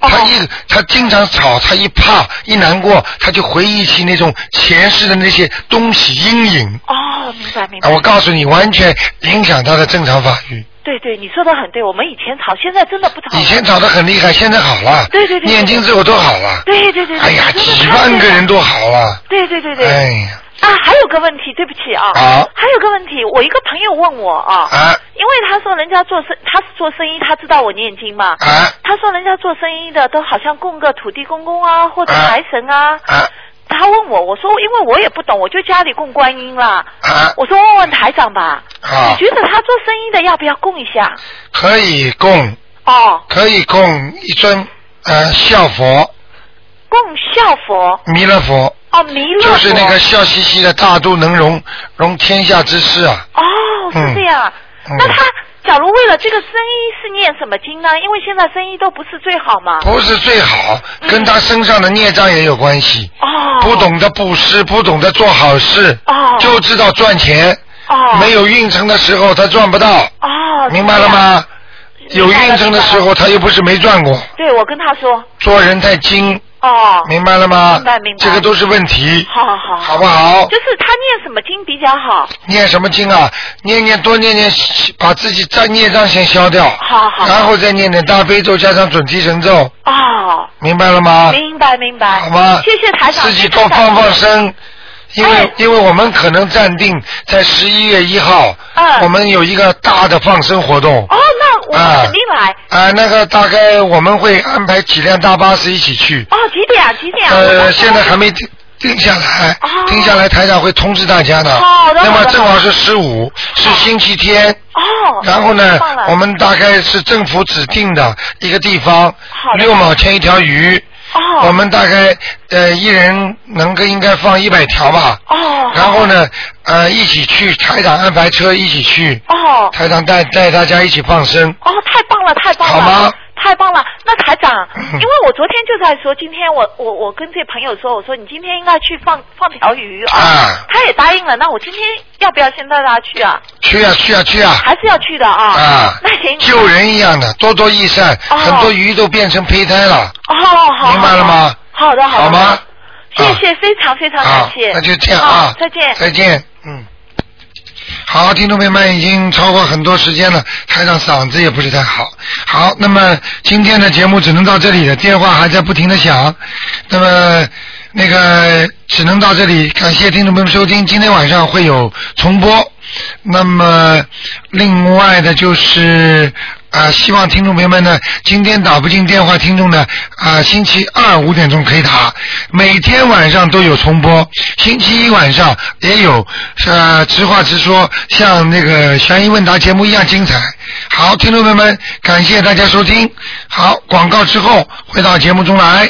Speaker 18: 哦
Speaker 1: 他一他经常吵，他一怕一难过，他就回忆起那种前世的那些东西阴影。
Speaker 18: 哦，明白明白。
Speaker 1: 啊，我告诉你，完全影响他的正常发育。
Speaker 18: 对对，你说的很对，我们以前吵，现在真的不吵了。
Speaker 1: 以前吵得很厉害，现在好了。
Speaker 18: 对对对对
Speaker 1: 念经之后都好了。
Speaker 18: 对对对对。
Speaker 1: 哎呀，
Speaker 18: 真的
Speaker 1: 几
Speaker 18: 太
Speaker 1: 万
Speaker 18: 对
Speaker 1: 个
Speaker 18: 了
Speaker 1: 人都好了。
Speaker 18: 对对对对。
Speaker 1: 哎呀，
Speaker 18: 啊，还有个问题，对不起啊。
Speaker 1: 好
Speaker 18: 还有个问题，我一个朋友问我啊。
Speaker 1: 啊。
Speaker 18: 因为他说人家做生，他是做生意，他知道我念经嘛。
Speaker 1: 啊。
Speaker 18: 他说人家做生意的都好像供个土地公公啊，或者
Speaker 1: 啊
Speaker 18: 财神啊。
Speaker 1: 啊。
Speaker 18: 他问我，我说因为我也不懂，我就家里供观音啦。
Speaker 1: 啊。
Speaker 18: 我说问问台长吧。
Speaker 1: 啊
Speaker 18: 你觉得他做生意的要不要供一下？
Speaker 1: 可以供，
Speaker 18: 哦，
Speaker 1: 可以供一尊呃笑佛、
Speaker 18: 供孝佛。
Speaker 1: 弥勒佛。
Speaker 18: 哦，弥勒佛。
Speaker 1: 就是那个笑嘻嘻的大肚能容容天下之事啊。
Speaker 18: 哦，是这样啊。
Speaker 1: 嗯
Speaker 18: 那他假如为了这个生意是念什么经呢？因为现在生意都不是最好嘛。
Speaker 1: 不是最好，跟他身上的孽障也有关系。
Speaker 18: 嗯哦。
Speaker 1: 不懂得布施，不懂得做好事。
Speaker 18: 哦
Speaker 1: 就知道赚钱。
Speaker 18: 哦。
Speaker 1: 没有运程的时候，他赚不到。
Speaker 18: 哦。
Speaker 1: 明白了吗？有运程的时候，他又不是没赚过。
Speaker 18: 对，我跟他说。
Speaker 1: 做人太精，
Speaker 18: 哦。
Speaker 1: 明白了吗？
Speaker 18: 明白明白。
Speaker 1: 这个都是问题。
Speaker 18: 好好好。
Speaker 1: 好不好
Speaker 18: 就是他念什么经比较好？
Speaker 1: 念什么经啊？念念多念念，把自己障孽障先消掉。
Speaker 18: 好好
Speaker 1: 然后再念点大悲咒，加上准提神咒，
Speaker 18: 哦。
Speaker 1: 明白了吗？
Speaker 18: 明白明白。
Speaker 1: 好吗？
Speaker 18: 谢谢台长。
Speaker 1: 自己
Speaker 18: 谢谢
Speaker 1: 多
Speaker 18: 台长哎
Speaker 1: 放放。生，因为、因为我们可能暂定在十一月一号，我们有一个大的放生活动。
Speaker 18: 嗯哦，那我
Speaker 1: 啊
Speaker 18: 肯定来。
Speaker 1: 啊，那个大概我们会安排几辆大巴士一起去。
Speaker 18: 哦，几点啊？几点啊？我
Speaker 1: 呃，
Speaker 18: 们
Speaker 1: 现在还没定定下来，定下来台长会通知大家的。
Speaker 18: 哦好的
Speaker 1: 那
Speaker 18: 好
Speaker 1: 么
Speaker 18: 的
Speaker 1: 正好是十五，是星期天。哦。然后呢
Speaker 18: 太棒了，
Speaker 1: 我们大概是政府指定的一个地方
Speaker 18: 好，的
Speaker 1: 六毛钱一条鱼。
Speaker 18: 哦
Speaker 1: 我们大概呃一人能够应该放一百条吧。
Speaker 18: 哦。
Speaker 1: 然后呢，呃，一起去台长安排车一起去。
Speaker 18: 哦
Speaker 1: 台长带带大家一起放生。
Speaker 18: 哦，太棒了，太棒了，
Speaker 1: 好吗嗯
Speaker 18: 太棒了！那台长，因为我昨天就在说，今天我我我跟这朋友说，我说你今天应该去放放条鱼啊，他也答应了。那我今天要不要先带他去啊？
Speaker 1: 去啊去啊去啊！
Speaker 18: 还是要去的啊？
Speaker 1: 啊
Speaker 18: 那 行，
Speaker 1: 救人一样的，多多益善，
Speaker 18: 哦
Speaker 1: 很多鱼都变成胚胎了，
Speaker 18: 哦，好，
Speaker 1: 明白了吗？
Speaker 18: 好的，好的，
Speaker 1: 好吗？？啊
Speaker 18: 谢谢，非常非常感啊谢。
Speaker 1: 那就这样啊
Speaker 18: 好，再见，
Speaker 1: 再见，嗯。好，听众朋友们已经超过很多时间了，台长嗓子也不是太好。好，那么今天的节目只能到这里了，电话还在不停的响，那么那个只能到这里，感谢听众朋友们收听，今天晚上会有重播。那么另外的就是啊、希望听众朋友们呢，今天打不进电话听众呢啊、星期二五点钟可以打，每天晚上都有重播，星期一晚上也有呃直话直说，像那个悬疑问答节目一样精彩。好，听众朋友们，感谢大家收听。好，广告之后回到节目中来。